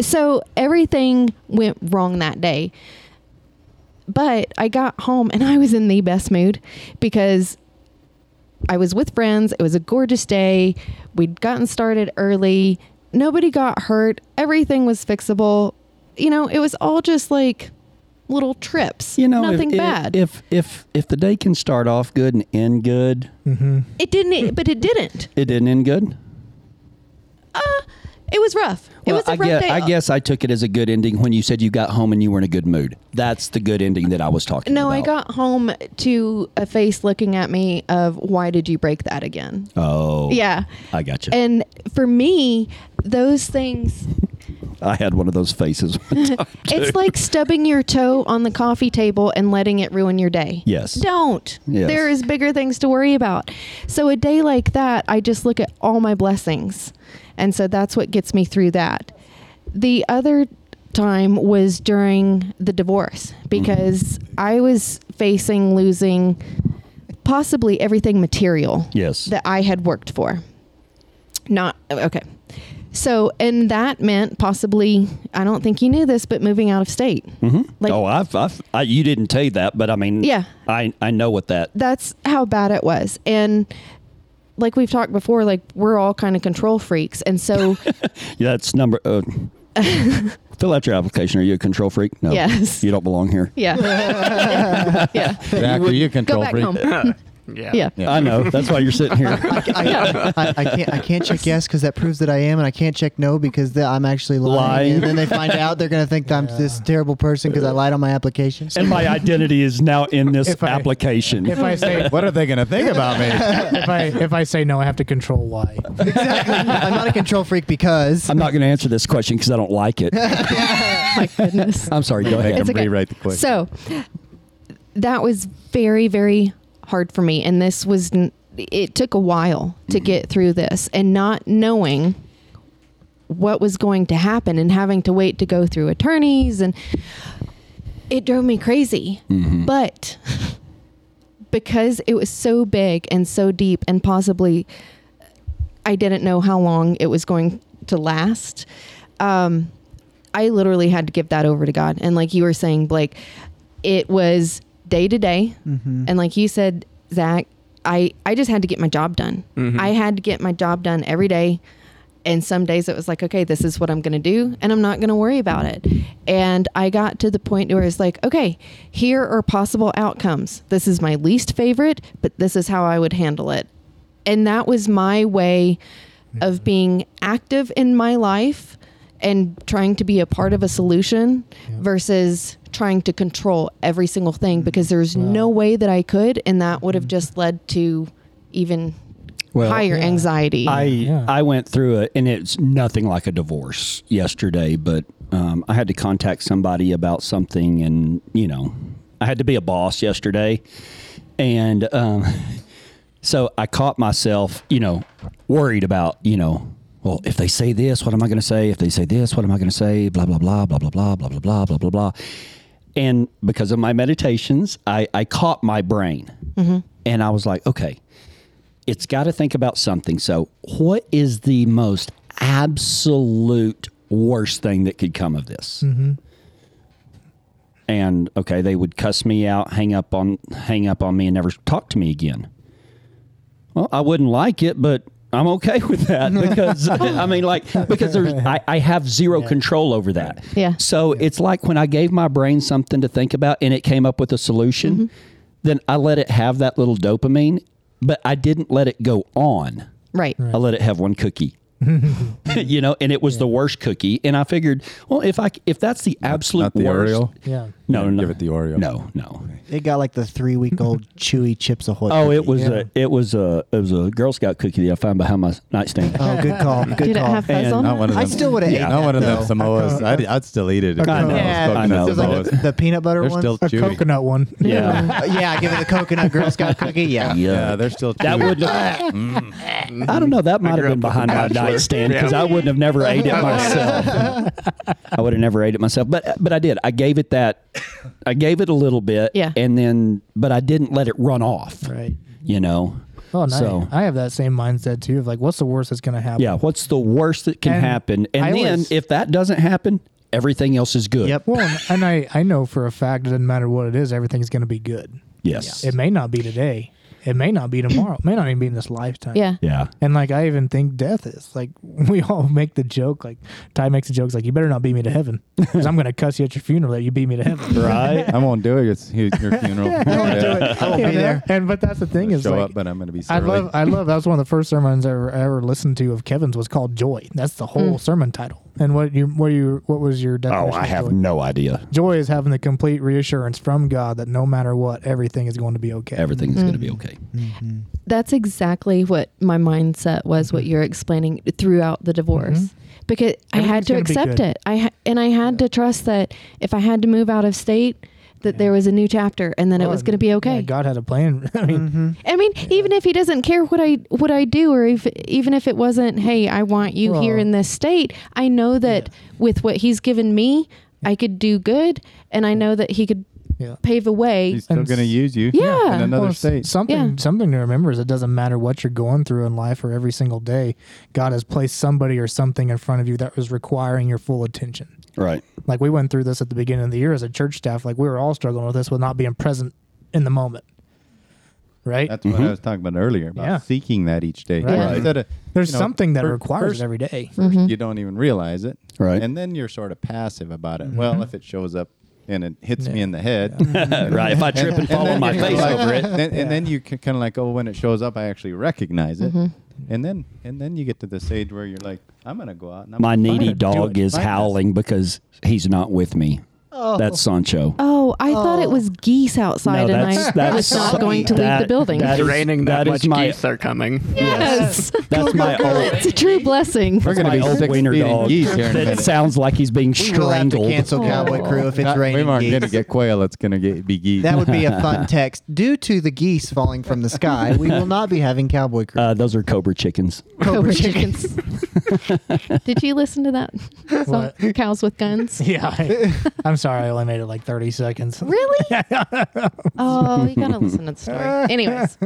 S1: so everything went wrong that day, but I got home and I was in the best mood because I was with friends. It was a gorgeous day. We'd gotten started early. Nobody got hurt. Everything was fixable. You know, it was all just like little trips.
S5: You know, if-
S1: nothing
S5: if,
S1: bad.
S5: If if if the day can start off good and end good,
S2: Mm-hmm.
S1: it didn't, but it didn't.
S5: it didn't end good.
S1: It was rough. it was a
S5: I
S1: rough
S5: guess,
S1: day.
S5: I guess I took it as a good ending when you said you got home and you were in a good mood. That's the good ending that I was talking
S1: No,
S5: about.
S1: I got home to a face looking at me of why did you break that again?
S5: Oh,
S1: Yeah.
S5: I got you.
S1: And for me, those things
S5: I had one of those faces. one time, too.
S1: it's like stubbing your toe on the coffee table and letting it ruin your day.
S5: Yes.
S1: Don't.
S5: Yes.
S1: There is bigger things to worry about. So a day like that, I just look at all my blessings. And so that's what gets me through that. The other time was during the divorce
S5: Mm-hmm.
S1: because I was facing losing possibly everything material
S5: yes.
S1: that I had worked for. Not okay. So, and that meant possibly, I don't think you knew this, but moving out of state. Mm-hmm. Like,
S5: oh, I've, I've I, you didn't tell you that, but I mean,
S1: Yeah.
S5: I I know what that.
S1: that's how bad it was. And like we've talked before, like we're all kind of control freaks. And so,
S5: Yeah, that's number. Uh, fill out your application. Are you a control freak? No.
S1: Yes.
S5: You don't belong here.
S1: yeah. yeah.
S4: Zach, are you a
S1: Go
S4: control
S1: back
S4: freak?
S1: home.
S7: Yeah.
S1: Yeah.
S5: I know. That's why you're sitting here.
S6: I, I, I can't. I can't check yes because that proves that I am, and I can't check no because that I'm actually lying.
S5: Lying.
S6: And then they find out they're gonna think that I'm this terrible person because I lied on my application.
S5: and my identity is now in this
S2: If I-
S5: application.
S2: if I say
S4: What are they going to think about me?
S2: if I if I say no, I have to control why.
S6: exactly. I'm not a control freak because.
S5: I'm not going to answer this question because I don't like it.
S1: My goodness.
S5: I'm sorry. Go
S4: Make
S5: ahead.
S1: It's
S4: them
S1: okay.
S4: rewrite the question.
S1: So that was very, very hard for me. And this was, n- it took a while to get through this and not knowing what was going to happen and having to wait to go through attorneys. And it drove me crazy.
S5: Mm-hmm. Mm.
S1: But because it was so big and so deep and possibly I didn't know how long it was going to last. Um, I literally had to give that over to God. And like you were saying, Blake, it was day to day.
S2: Mm-hmm. Mm.
S1: And like you said, Zach, I, I just had to get my job done.
S7: Mm-hmm.
S1: I had to get my job done every day. And some days it was like, okay, this is what I'm going to do, and I'm not going to worry about it. And I got to the point where it's like, okay, here are possible outcomes. This is my least favorite, but this is how I would handle it and that was my way of being active in my life and trying to be a part of a solution versus trying to control every single thing because there's no way that I could and that would have just led to even
S5: Well,
S1: higher
S2: yeah.
S1: anxiety.
S5: I
S2: Yeah.
S5: I went through it, and it's nothing like a divorce yesterday. But um, I had to contact somebody about something, and you know, I had to be a boss yesterday, and um, so I caught myself, you know, worried about, you know, well, if they say this, what am I going to say? If they say this, what am I going to say? Blah blah blah blah blah blah blah blah blah blah blah blah. And because of my meditations, I, I caught my brain, and I was like, okay it's got to think about something. So, what is the most absolute worst thing that could come of this? And okay, they would cuss me out, hang up on hang up on me, and never talk to me again. Well, I wouldn't like it, but I'm okay with that because I mean, like, because there's I, I have zero control over that.
S1: Yeah.
S5: So it's like when I gave my brain something to think about and it came up with a solution, then I let it have that little dopamine, but I didn't let it go on.
S1: right.
S5: I let it have one cookie. you know, and it was the worst cookie. And I figured, well, if I if that's the absolute
S4: not the
S5: worst,
S4: Oreo?
S2: Yeah.
S5: no, no, no,
S4: Give it the Oreo.
S5: No, no.
S6: It got like the three week old chewy chips ahoy.
S5: Oh, it
S6: cookie.
S5: was a it was a it was a Girl Scout cookie that I found behind my nightstand.
S6: Oh, good call. Good
S1: Did it
S6: call.
S1: have fuzz
S5: And
S1: on
S4: Not
S1: it?
S4: one of
S6: I
S4: them.
S6: still would have ate
S4: Not
S6: that,
S4: one of them
S6: though.
S4: Samoas. I'd, I'd still eat it.
S2: I know.
S4: Yeah,
S5: I know.
S6: It was like the, the peanut butter
S4: They're
S6: ones.
S4: still
S2: A
S4: chewy.
S2: coconut one.
S5: yeah.
S6: Uh, yeah, give it the coconut Girl Scout cookie. Yeah.
S4: Yeah, they're still chewy.
S5: That would I don't know. That might have
S7: grew
S5: been
S7: up with
S5: behind
S7: a
S5: my
S7: bachelor.
S5: nightstand because
S7: Yeah.
S5: I wouldn't have never ate it myself. I would have never ate it myself, but but I did. I gave it that. I gave it a little bit,
S1: Yeah.
S5: and then but I didn't let it run off.
S2: Right.
S5: You know.
S2: Oh, nice.
S5: So-
S2: I have that same mindset too of like, what's the worst that's going to happen?
S5: Yeah. What's the worst that can
S2: And
S5: happen? And
S2: I
S5: then
S2: always-
S5: if that doesn't happen, everything else is good.
S6: Yep.
S2: Well, and- and I, I know for a fact it doesn't matter what it is, everything's going to be good.
S5: Yes.
S2: It may not be today. It may not be tomorrow. It may not even be in this lifetime.
S1: Yeah.
S5: Yeah.
S2: And like I even think death is like we all make the joke like Ty makes the jokes like you better not beat me to heaven because I'm gonna cuss you at your funeral that you beat me to heaven.
S5: Right.
S4: I won't do it. It's your funeral. Yeah.
S2: I won't be there. And but that's the thing is
S4: Show
S2: like
S4: up, but I'm going to be
S2: I
S4: surly.
S2: love I love that was one of the first sermons I ever, I ever listened to of Kevin's was called Joy. That's the
S1: Hmm.
S2: whole sermon title. And what you what you what was your
S5: oh,
S2: definition?
S5: I
S2: of
S5: have
S2: joy?
S5: no idea.
S2: Joy is having the complete reassurance from God that no matter what, everything is going to be okay.
S5: Everything's going to be okay.
S1: That's exactly what my mindset was. What you're explaining throughout the divorce, because I had
S2: Everything's
S1: to
S2: gonna be
S1: accept
S2: good.
S1: it. I ha- and I had to trust that if I had to move out of state, that there was a new chapter, and then it
S2: Well,
S1: was going to be
S2: Oh, yeah,
S1: okay. Mm-hmm.
S2: God had a plan. I mean,
S1: I mean, even if he doesn't care what I what I do, or if even if it wasn't, hey, I want you here
S2: Well-
S1: in this state. I know that with what he's given me, I could do good, and I know that he could
S2: Yeah.
S1: pave a way.
S4: He's still
S2: And
S4: going to
S2: s-
S4: use you
S1: Yeah.
S4: in another
S2: Well, s-
S4: state.
S2: Something
S1: Yeah.
S2: something to remember is it doesn't matter what you're going through in life or every single day, God has placed somebody or something in front of you that was requiring your full attention.
S5: Right.
S2: Like we went through this at the beginning of the year as a church staff, like we were all struggling with this with not being present in the moment. Right?
S4: That's what I was talking about earlier about
S2: Yeah.
S4: seeking that each day.
S2: Right.
S1: Yeah.
S4: Instead of,
S2: There's
S4: you know,
S2: something that
S4: fir-
S2: requires
S4: first-
S2: it every day.
S5: Mm-hmm.
S4: You don't even realize it.
S5: Right.
S4: And then you're sort of passive about it.
S5: Mm-hmm.
S4: Well, if it shows up and it hits me in the head.
S5: right. If I trip and fall on my
S4: you're
S5: face
S4: like-
S5: over it.
S4: Then, And then you kind of like, oh, when it shows up, I actually recognize it.
S5: Mm-hmm.
S4: And then and then you get to the stage where you're like, I'm going to go out and I'm
S5: My
S4: gonna
S5: needy
S4: find it. Do
S5: dog
S4: it.
S5: is
S4: Find this.
S5: howling because he's not with me. That's Sancho.
S1: Oh, I thought it was geese outside, and I was not going to leave the
S5: that-
S1: building.
S5: that
S7: It's
S5: is-
S7: raining that,
S5: that
S7: much
S5: is my-
S7: geese are coming.
S1: yes,
S5: That's my
S1: it's
S5: old.
S1: a true blessing.
S4: We're gonna
S5: my
S4: be
S5: old
S4: six
S5: wiener
S4: feet in
S5: dog.
S4: geese here in a
S5: That
S4: minute.
S5: sounds like he's being
S6: We will have to
S5: strangled.
S6: cancel Cowboy Crew if it's
S4: Oh. Not- we
S6: raining.
S4: aren't
S6: geese.
S4: going to get quail. It's going to get be geese.
S6: That would be a fun text. Due to the geese falling from the sky, we will not be having Cowboy Crew.
S5: Uh, those are cobra chickens.
S1: Cobra chickens. Did you listen to that? song,
S2: What?
S1: cows with guns.
S2: Yeah, I, I'm sorry, I only made it like 30 seconds.
S1: Really? oh, you gotta listen to the story. Anyways.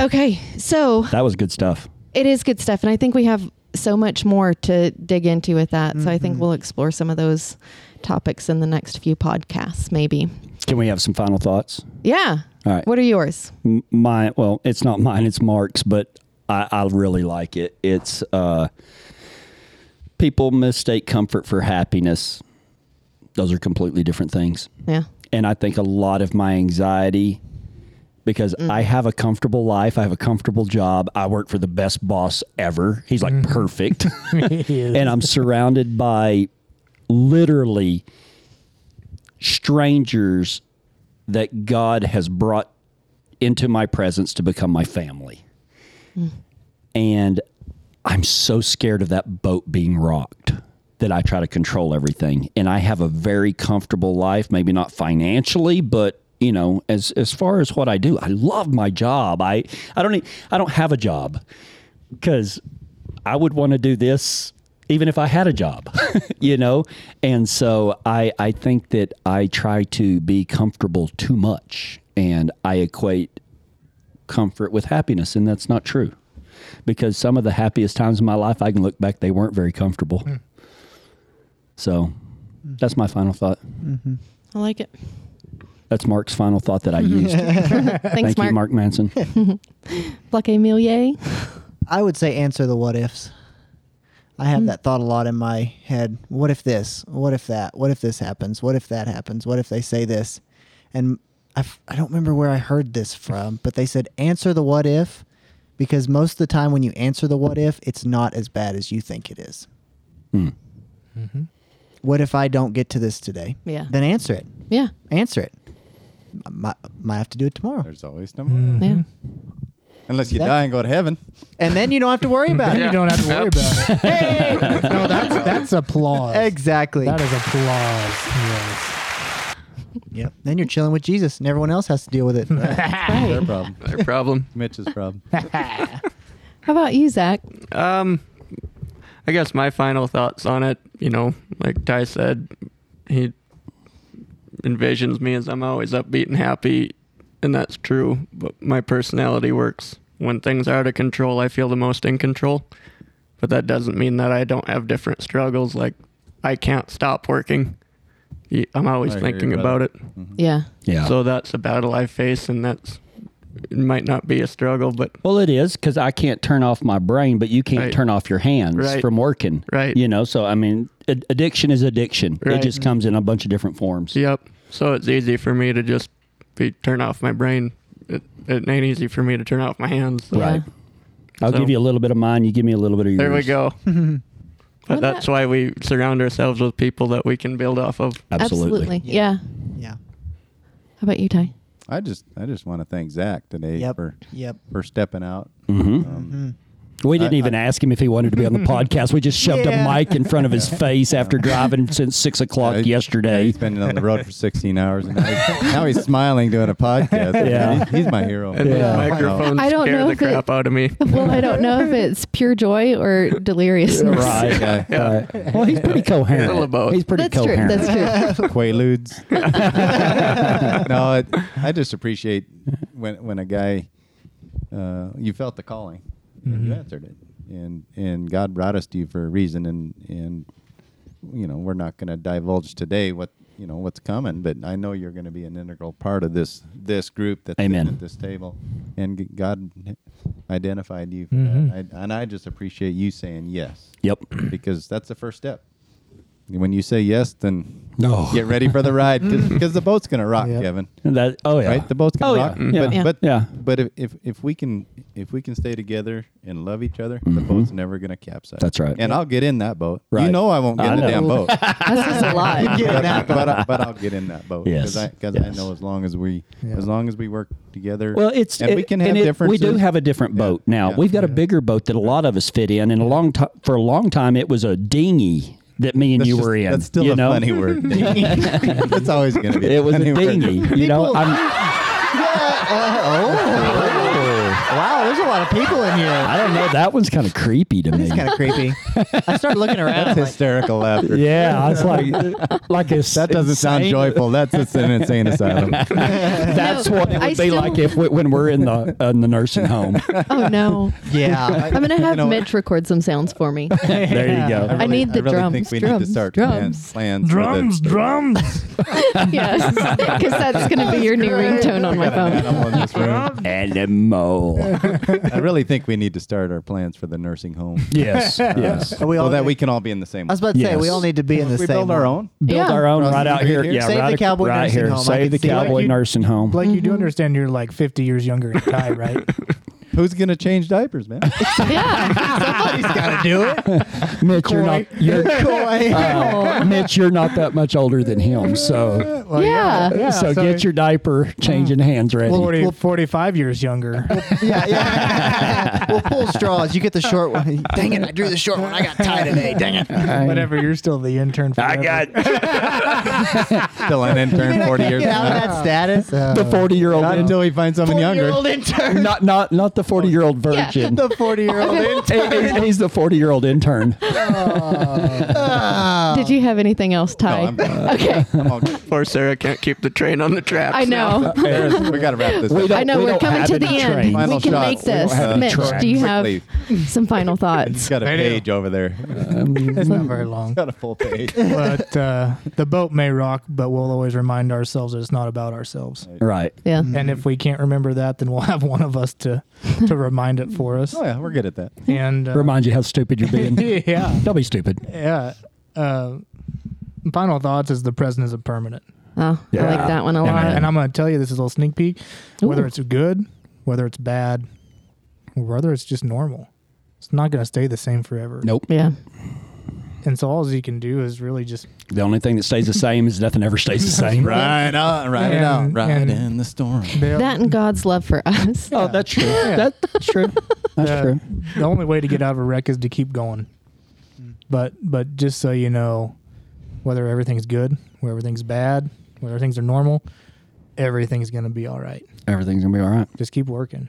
S1: Okay, so
S5: That was good stuff.
S1: it is good stuff, and I think we have so much more to dig into with that. So I think we'll explore some of those topics in the next few podcasts, maybe.
S5: Can we have some final thoughts?
S1: Yeah.
S5: All right.
S1: What are yours?
S5: M- my well, it's not mine. It's Mark's, but I, I really like it. It's uh, people mistake comfort for happiness. Those are completely different things.
S1: Yeah.
S5: and I think a lot of my anxiety because I have a comfortable life, I have a comfortable job, I work for the best boss ever. He's like perfect. and uh, I'm surrounded by literally strangers that God has brought into my presence to become my family. And I'm so scared of that boat being rocked that I try to control everything. And I have a very comfortable life, maybe not financially, but you know, as as far as what I do, I love my job. I I don't e- I don't have a job because I would want to do this even if I had a job, you know? And so I, I think that I try to be comfortable too much and I equate comfort with happiness, and that's not true. Because some of the happiest times in my life, I can look back, they weren't very comfortable. So that's my final thought.
S1: I like it.
S5: That's Mark's final thought that I used. Thank
S1: Thanks,
S5: you,
S1: Mark.
S5: Mark Manson.
S1: Black Emilier.
S6: I would say answer the what ifs. I have that thought a lot in my head. What if this? What if that? What if this happens? What if that happens? What if they say this? And I, f- I don't remember where I heard this from, but they said answer the what if because most of the time when you answer the what if, it's not as bad as you think it is.
S5: Hmm.
S2: Mm-hmm.
S6: What if I don't get to this today?
S1: Yeah.
S6: Then answer it.
S1: Yeah.
S6: Answer it. I might, might have to do it tomorrow.
S4: There's always tomorrow.
S5: Mm.
S1: Yeah.
S4: Unless you
S6: That-
S4: die and go to heaven.
S6: And then you don't have to worry about
S2: Then
S6: it.
S2: you don't have to worry about it. No, that's, that's applause.
S6: Exactly.
S2: That is applause.
S6: Yep. Then you're chilling with Jesus, and everyone else has to deal with it.
S4: Their
S1: Right.
S4: problem.
S7: No problem.
S4: Mitch's problem.
S1: How about you, Zach?
S7: Um, I guess my final thoughts on it, you know, like Ty said, he envisions me as I'm always upbeat and happy, and that's true. But my personality works. When things are out of control, I feel the most in control. But that doesn't mean that I don't have different struggles. Like, I can't stop working. Y- I'm always
S4: I hear you,
S7: thinking
S4: brother.
S7: about it.
S1: Yeah.
S5: Yeah.
S7: So that's a battle I face, and that's it might not be a struggle, but
S5: Well, it is because I can't turn off my brain, but you can't
S7: Right.
S5: turn off your hands
S7: Right.
S5: from working.
S7: Right.
S5: You know, so I mean, ad- addiction is addiction. It
S7: Right.
S5: just comes in a bunch of different forms.
S7: Yep. So it's easy for me to just be turn off my brain. It, it ain't easy for me to turn off my hands. so-
S5: Right. I'll
S7: So-
S5: give you a little bit of mine. You give me a little bit of yours.
S7: There we go.
S1: Well,
S7: but that's
S1: that-
S7: why we surround ourselves with people that we can build off of.
S5: Absolutely.
S1: Yeah.
S6: yeah.
S1: How about you, Ty?
S4: I just I just want to thank Zach today
S6: Yep. Mm-hmm.
S4: for
S6: Yep.
S4: for stepping out.
S5: Mhm.
S4: Um,
S5: We didn't
S4: I-
S5: even ask him if he wanted to be on the podcast. We just shoved
S6: Yeah.
S5: a mic in front of his face after driving since six o'clock
S4: Yeah, he-
S5: yesterday.
S4: He's been on the road for 16 hours, and now he's, now he's smiling doing a podcast.
S5: Yeah.
S4: He's my hero.
S7: And
S5: Yeah.
S7: the microphones
S1: I don't
S7: scare
S1: know
S7: the
S1: if it-
S7: crap out of me.
S1: Well, I don't know if it's pure joy or deliriousness.
S5: Right.
S4: Yeah.
S5: Right. Well, he's pretty coherent.
S7: A little of both.
S5: He's pretty
S1: That's true.
S5: coherent.
S1: That's true.
S4: Quaaludes. no, it, I just appreciate when when a guy uh, you felt the calling, and you answered it, and and God brought us to you for a reason, and and you know we're not going to divulge today what you know what's coming, but I know you're going to be an integral part of this this group that's sitting
S5: Amen.
S4: at this table, and g- God identified you, for that. I, and I just appreciate you saying yes
S5: Yep.
S4: because that's the first step. When you say yes, then
S5: No.
S4: get ready for the ride because the boat's gonna rock,
S2: Yeah.
S4: Kevin.
S5: And that oh yeah.
S4: Right, the boat's gonna
S5: Mm-hmm. Oh,
S4: rock.
S1: Yeah.
S4: But
S5: yeah.
S4: but
S5: Yeah.
S4: but if, if if we can if we can stay together and love each other, the boat's never gonna capsize.
S5: Mm-hmm. That's right.
S4: And I'll get in that boat.
S5: Right.
S4: You know I won't get
S5: I
S4: in the
S5: know.
S4: damn boat.
S1: That's just a lot.
S4: but, I, but, I, but I'll get in that boat.
S5: Yes.
S4: Because I, 'cause I
S5: Yes.
S4: know as long as we
S2: Yeah.
S4: as long as we work together.
S5: Well, it's
S4: and we can have
S5: and it-
S4: differences.
S5: We do have a different boat now.
S4: Yeah.
S5: We've got a bigger boat that a lot of us fit in, and a long time for a long time it was a dinghy that me and
S4: That's
S5: you
S4: just-
S5: were in.
S4: That's still
S5: you
S4: a
S5: know?
S4: funny word. that's always gonna be.
S5: It was a
S4: funny word.
S5: dinghy. You know, I'm,
S6: Oh. Wow, there's a lot of people in here.
S5: I don't know. That one's kind of creepy to me.
S6: It's kind of creepy. I started looking around.
S4: That's hysterical laughter.
S5: Yeah, I was like, like a
S4: That doesn't sound joyful. That's just an insane asylum.
S5: That's what it
S1: I
S5: would be
S1: still-
S5: like if we, when we're in the in the nursing home.
S1: Oh no.
S6: yeah.
S1: I'm gonna have
S4: know what?
S1: Mitch record some sounds for me.
S5: there you go.
S1: I need the
S4: I really
S1: drums.
S4: think we need
S1: drums,
S4: to start
S1: drums.
S4: plans.
S2: Drums,
S4: plans for the,
S2: drums.
S1: yes, because that's gonna be your new ringtone on my phone.
S4: Animal in this room.
S5: Animal.
S4: I really think we need to start our plans for the nursing home.
S5: Yes. Yes.
S6: Are we
S4: so
S6: all
S4: that we can all be in the same.
S6: I was about to say we
S5: Yes.
S6: all need to be in the
S4: we
S6: same.
S4: build our
S6: one.
S4: own.
S5: Build
S1: Yeah.
S5: our own
S4: Cross
S5: right
S4: the
S5: out
S4: street
S5: here.
S4: here.
S5: Yeah,
S6: Save the
S5: right, ac-
S6: cowboy
S5: right
S6: nursing
S5: here.
S6: home. I
S5: Save
S6: can
S5: the
S6: see it.
S5: cowboy
S2: Like you-
S5: nursing home.
S2: Blake, you do understand you're like 50 years younger than Ty, right?
S4: Who's gonna change diapers, man?
S1: Yeah.
S5: Mitch, you're not. You're,
S4: Oh.
S1: Oh.
S5: uh, Mitch, you're not that much older than him, so
S2: Well,
S1: Yeah.
S5: so, get your diaper changing hands ready.
S2: 40, 45 years younger.
S6: Yeah, yeah. we'll pull straws. You get the short one. Dang it! I drew the short one. I got tied today. Dang it!
S2: Whatever, you're still the intern.
S5: I
S2: forever.
S5: got
S4: Still an intern, forty years.
S6: Get out of that status. Uh,
S5: the forty-year-old.
S4: Not until we find someone younger.
S6: Four-year-old intern.
S5: Not not not the forty-year-old virgin.
S6: The forty-year-old intern.
S5: He- he- He's the forty-year-old intern.
S1: Did you have anything else,
S4: No,
S1: Ty?
S4: I'm done.
S1: okay.
S4: I'm all good.
S7: Poor Sarah can't keep the train on the tracks.
S1: I
S7: now.
S1: know.
S4: Sarah's- Uh, we gotta wrap this.
S5: We
S4: up.
S5: don't-
S1: I know we're
S5: don't
S1: coming
S5: have
S1: to
S5: any
S1: the end.
S5: trains.
S4: Final
S1: we can
S4: shots.
S1: make
S4: We don't
S1: this.
S4: have any
S1: Mitch,
S4: tracks.
S1: do you have
S4: Quickly.
S1: some final
S4: He's
S1: thoughts?
S4: got a
S2: I do.
S4: page over there.
S5: Um,
S2: It's not very long.
S4: got a full page.
S2: But uh, the boat may rock, but we'll always remind ourselves that it's not about ourselves.
S5: Right.
S1: Yeah.
S2: And if we can't remember that, then we'll have one of us to, to remind it for us.
S4: Oh yeah, we're good at that.
S2: And uh,
S5: Remind you how stupid you're being.
S2: yeah,
S5: Don't be stupid.
S2: yeah. Uh, final thoughts is the present isn't permanent.
S1: Oh,
S5: Yeah.
S1: I like that one a lot.
S2: And, and I'm going to tell you this is a little sneak peek. Whether
S1: Ooh.
S2: it's good, whether it's bad, or whether it's just normal, it's not going to stay the same forever.
S5: Nope.
S1: yeah.
S2: And so all you can do is really just
S5: The only thing that stays the same is nothing ever stays the same.
S4: Right on, right
S2: And-
S4: on, right
S2: and-
S4: in the storm.
S2: build.
S1: That and God's love for us.
S5: Oh, that's true.
S2: Yeah.
S5: That's true. That's
S2: Uh,
S5: true.
S2: The only way to get out of a wreck is to keep going. But but just so you know, whether everything's good, whether everything's bad, whether things are normal, everything's going to be all right.
S5: Everything's gonna be all right.
S2: Just keep working.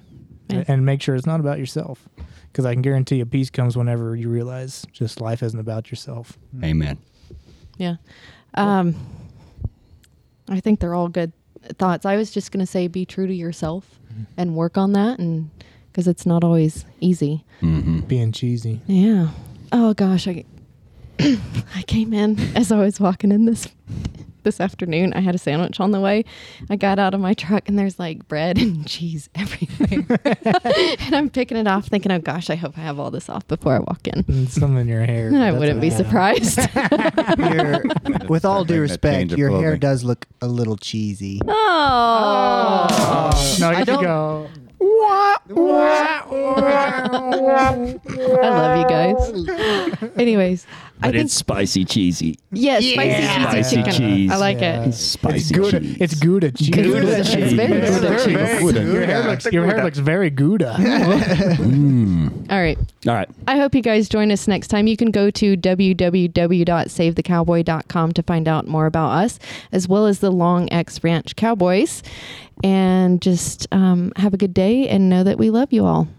S1: Yeah.
S2: And make sure it's not about yourself, because I can guarantee you peace comes whenever you realize just life isn't about yourself.
S5: Amen.
S1: Yeah. Um, I think they're all good thoughts. I was just going to say be true to yourself and work on that and because it's not always easy.
S5: Mm-hmm.
S2: Being cheesy.
S1: Yeah. Oh gosh, I I came in as I was walking in this this afternoon. I had a sandwich on the way. I got out of my truck and there's like bread and cheese everywhere. and I'm picking it off thinking, "Oh gosh, I hope I have all this off before I walk in."
S2: And some in your hair.
S1: I
S2: Mm. That's
S1: wouldn't
S2: what
S1: be
S2: I-
S1: surprised.
S6: Your- with all due
S4: That
S6: respect,
S4: change of
S6: your hair
S4: clothing.
S6: does look a little cheesy.
S1: oh.
S2: Oh, no, you
S6: don't-
S2: can go.
S1: I love you guys. Anyways, I
S5: But
S1: think
S5: it's spicy cheesy.
S1: yes, spicy,
S5: Spicy
S1: cheesy chicken.
S5: cheese.
S1: I like
S2: Yeah.
S1: it.
S5: Spicy
S2: Gouda.
S5: cheese.
S2: It's Gouda cheese.
S1: Gouda Gouda cheese. cheese. Very
S2: Your
S1: Gouda
S2: hair
S1: cheese.
S2: looks- Your hair looks, your hair looks very Gouda.
S1: All right.
S5: All right.
S1: I hope you guys join us next time. You can go to www.savethecowboy.com to find out more about us, as well as the Long X Ranch Cowboys. And just um, have a good day and know that we love you all.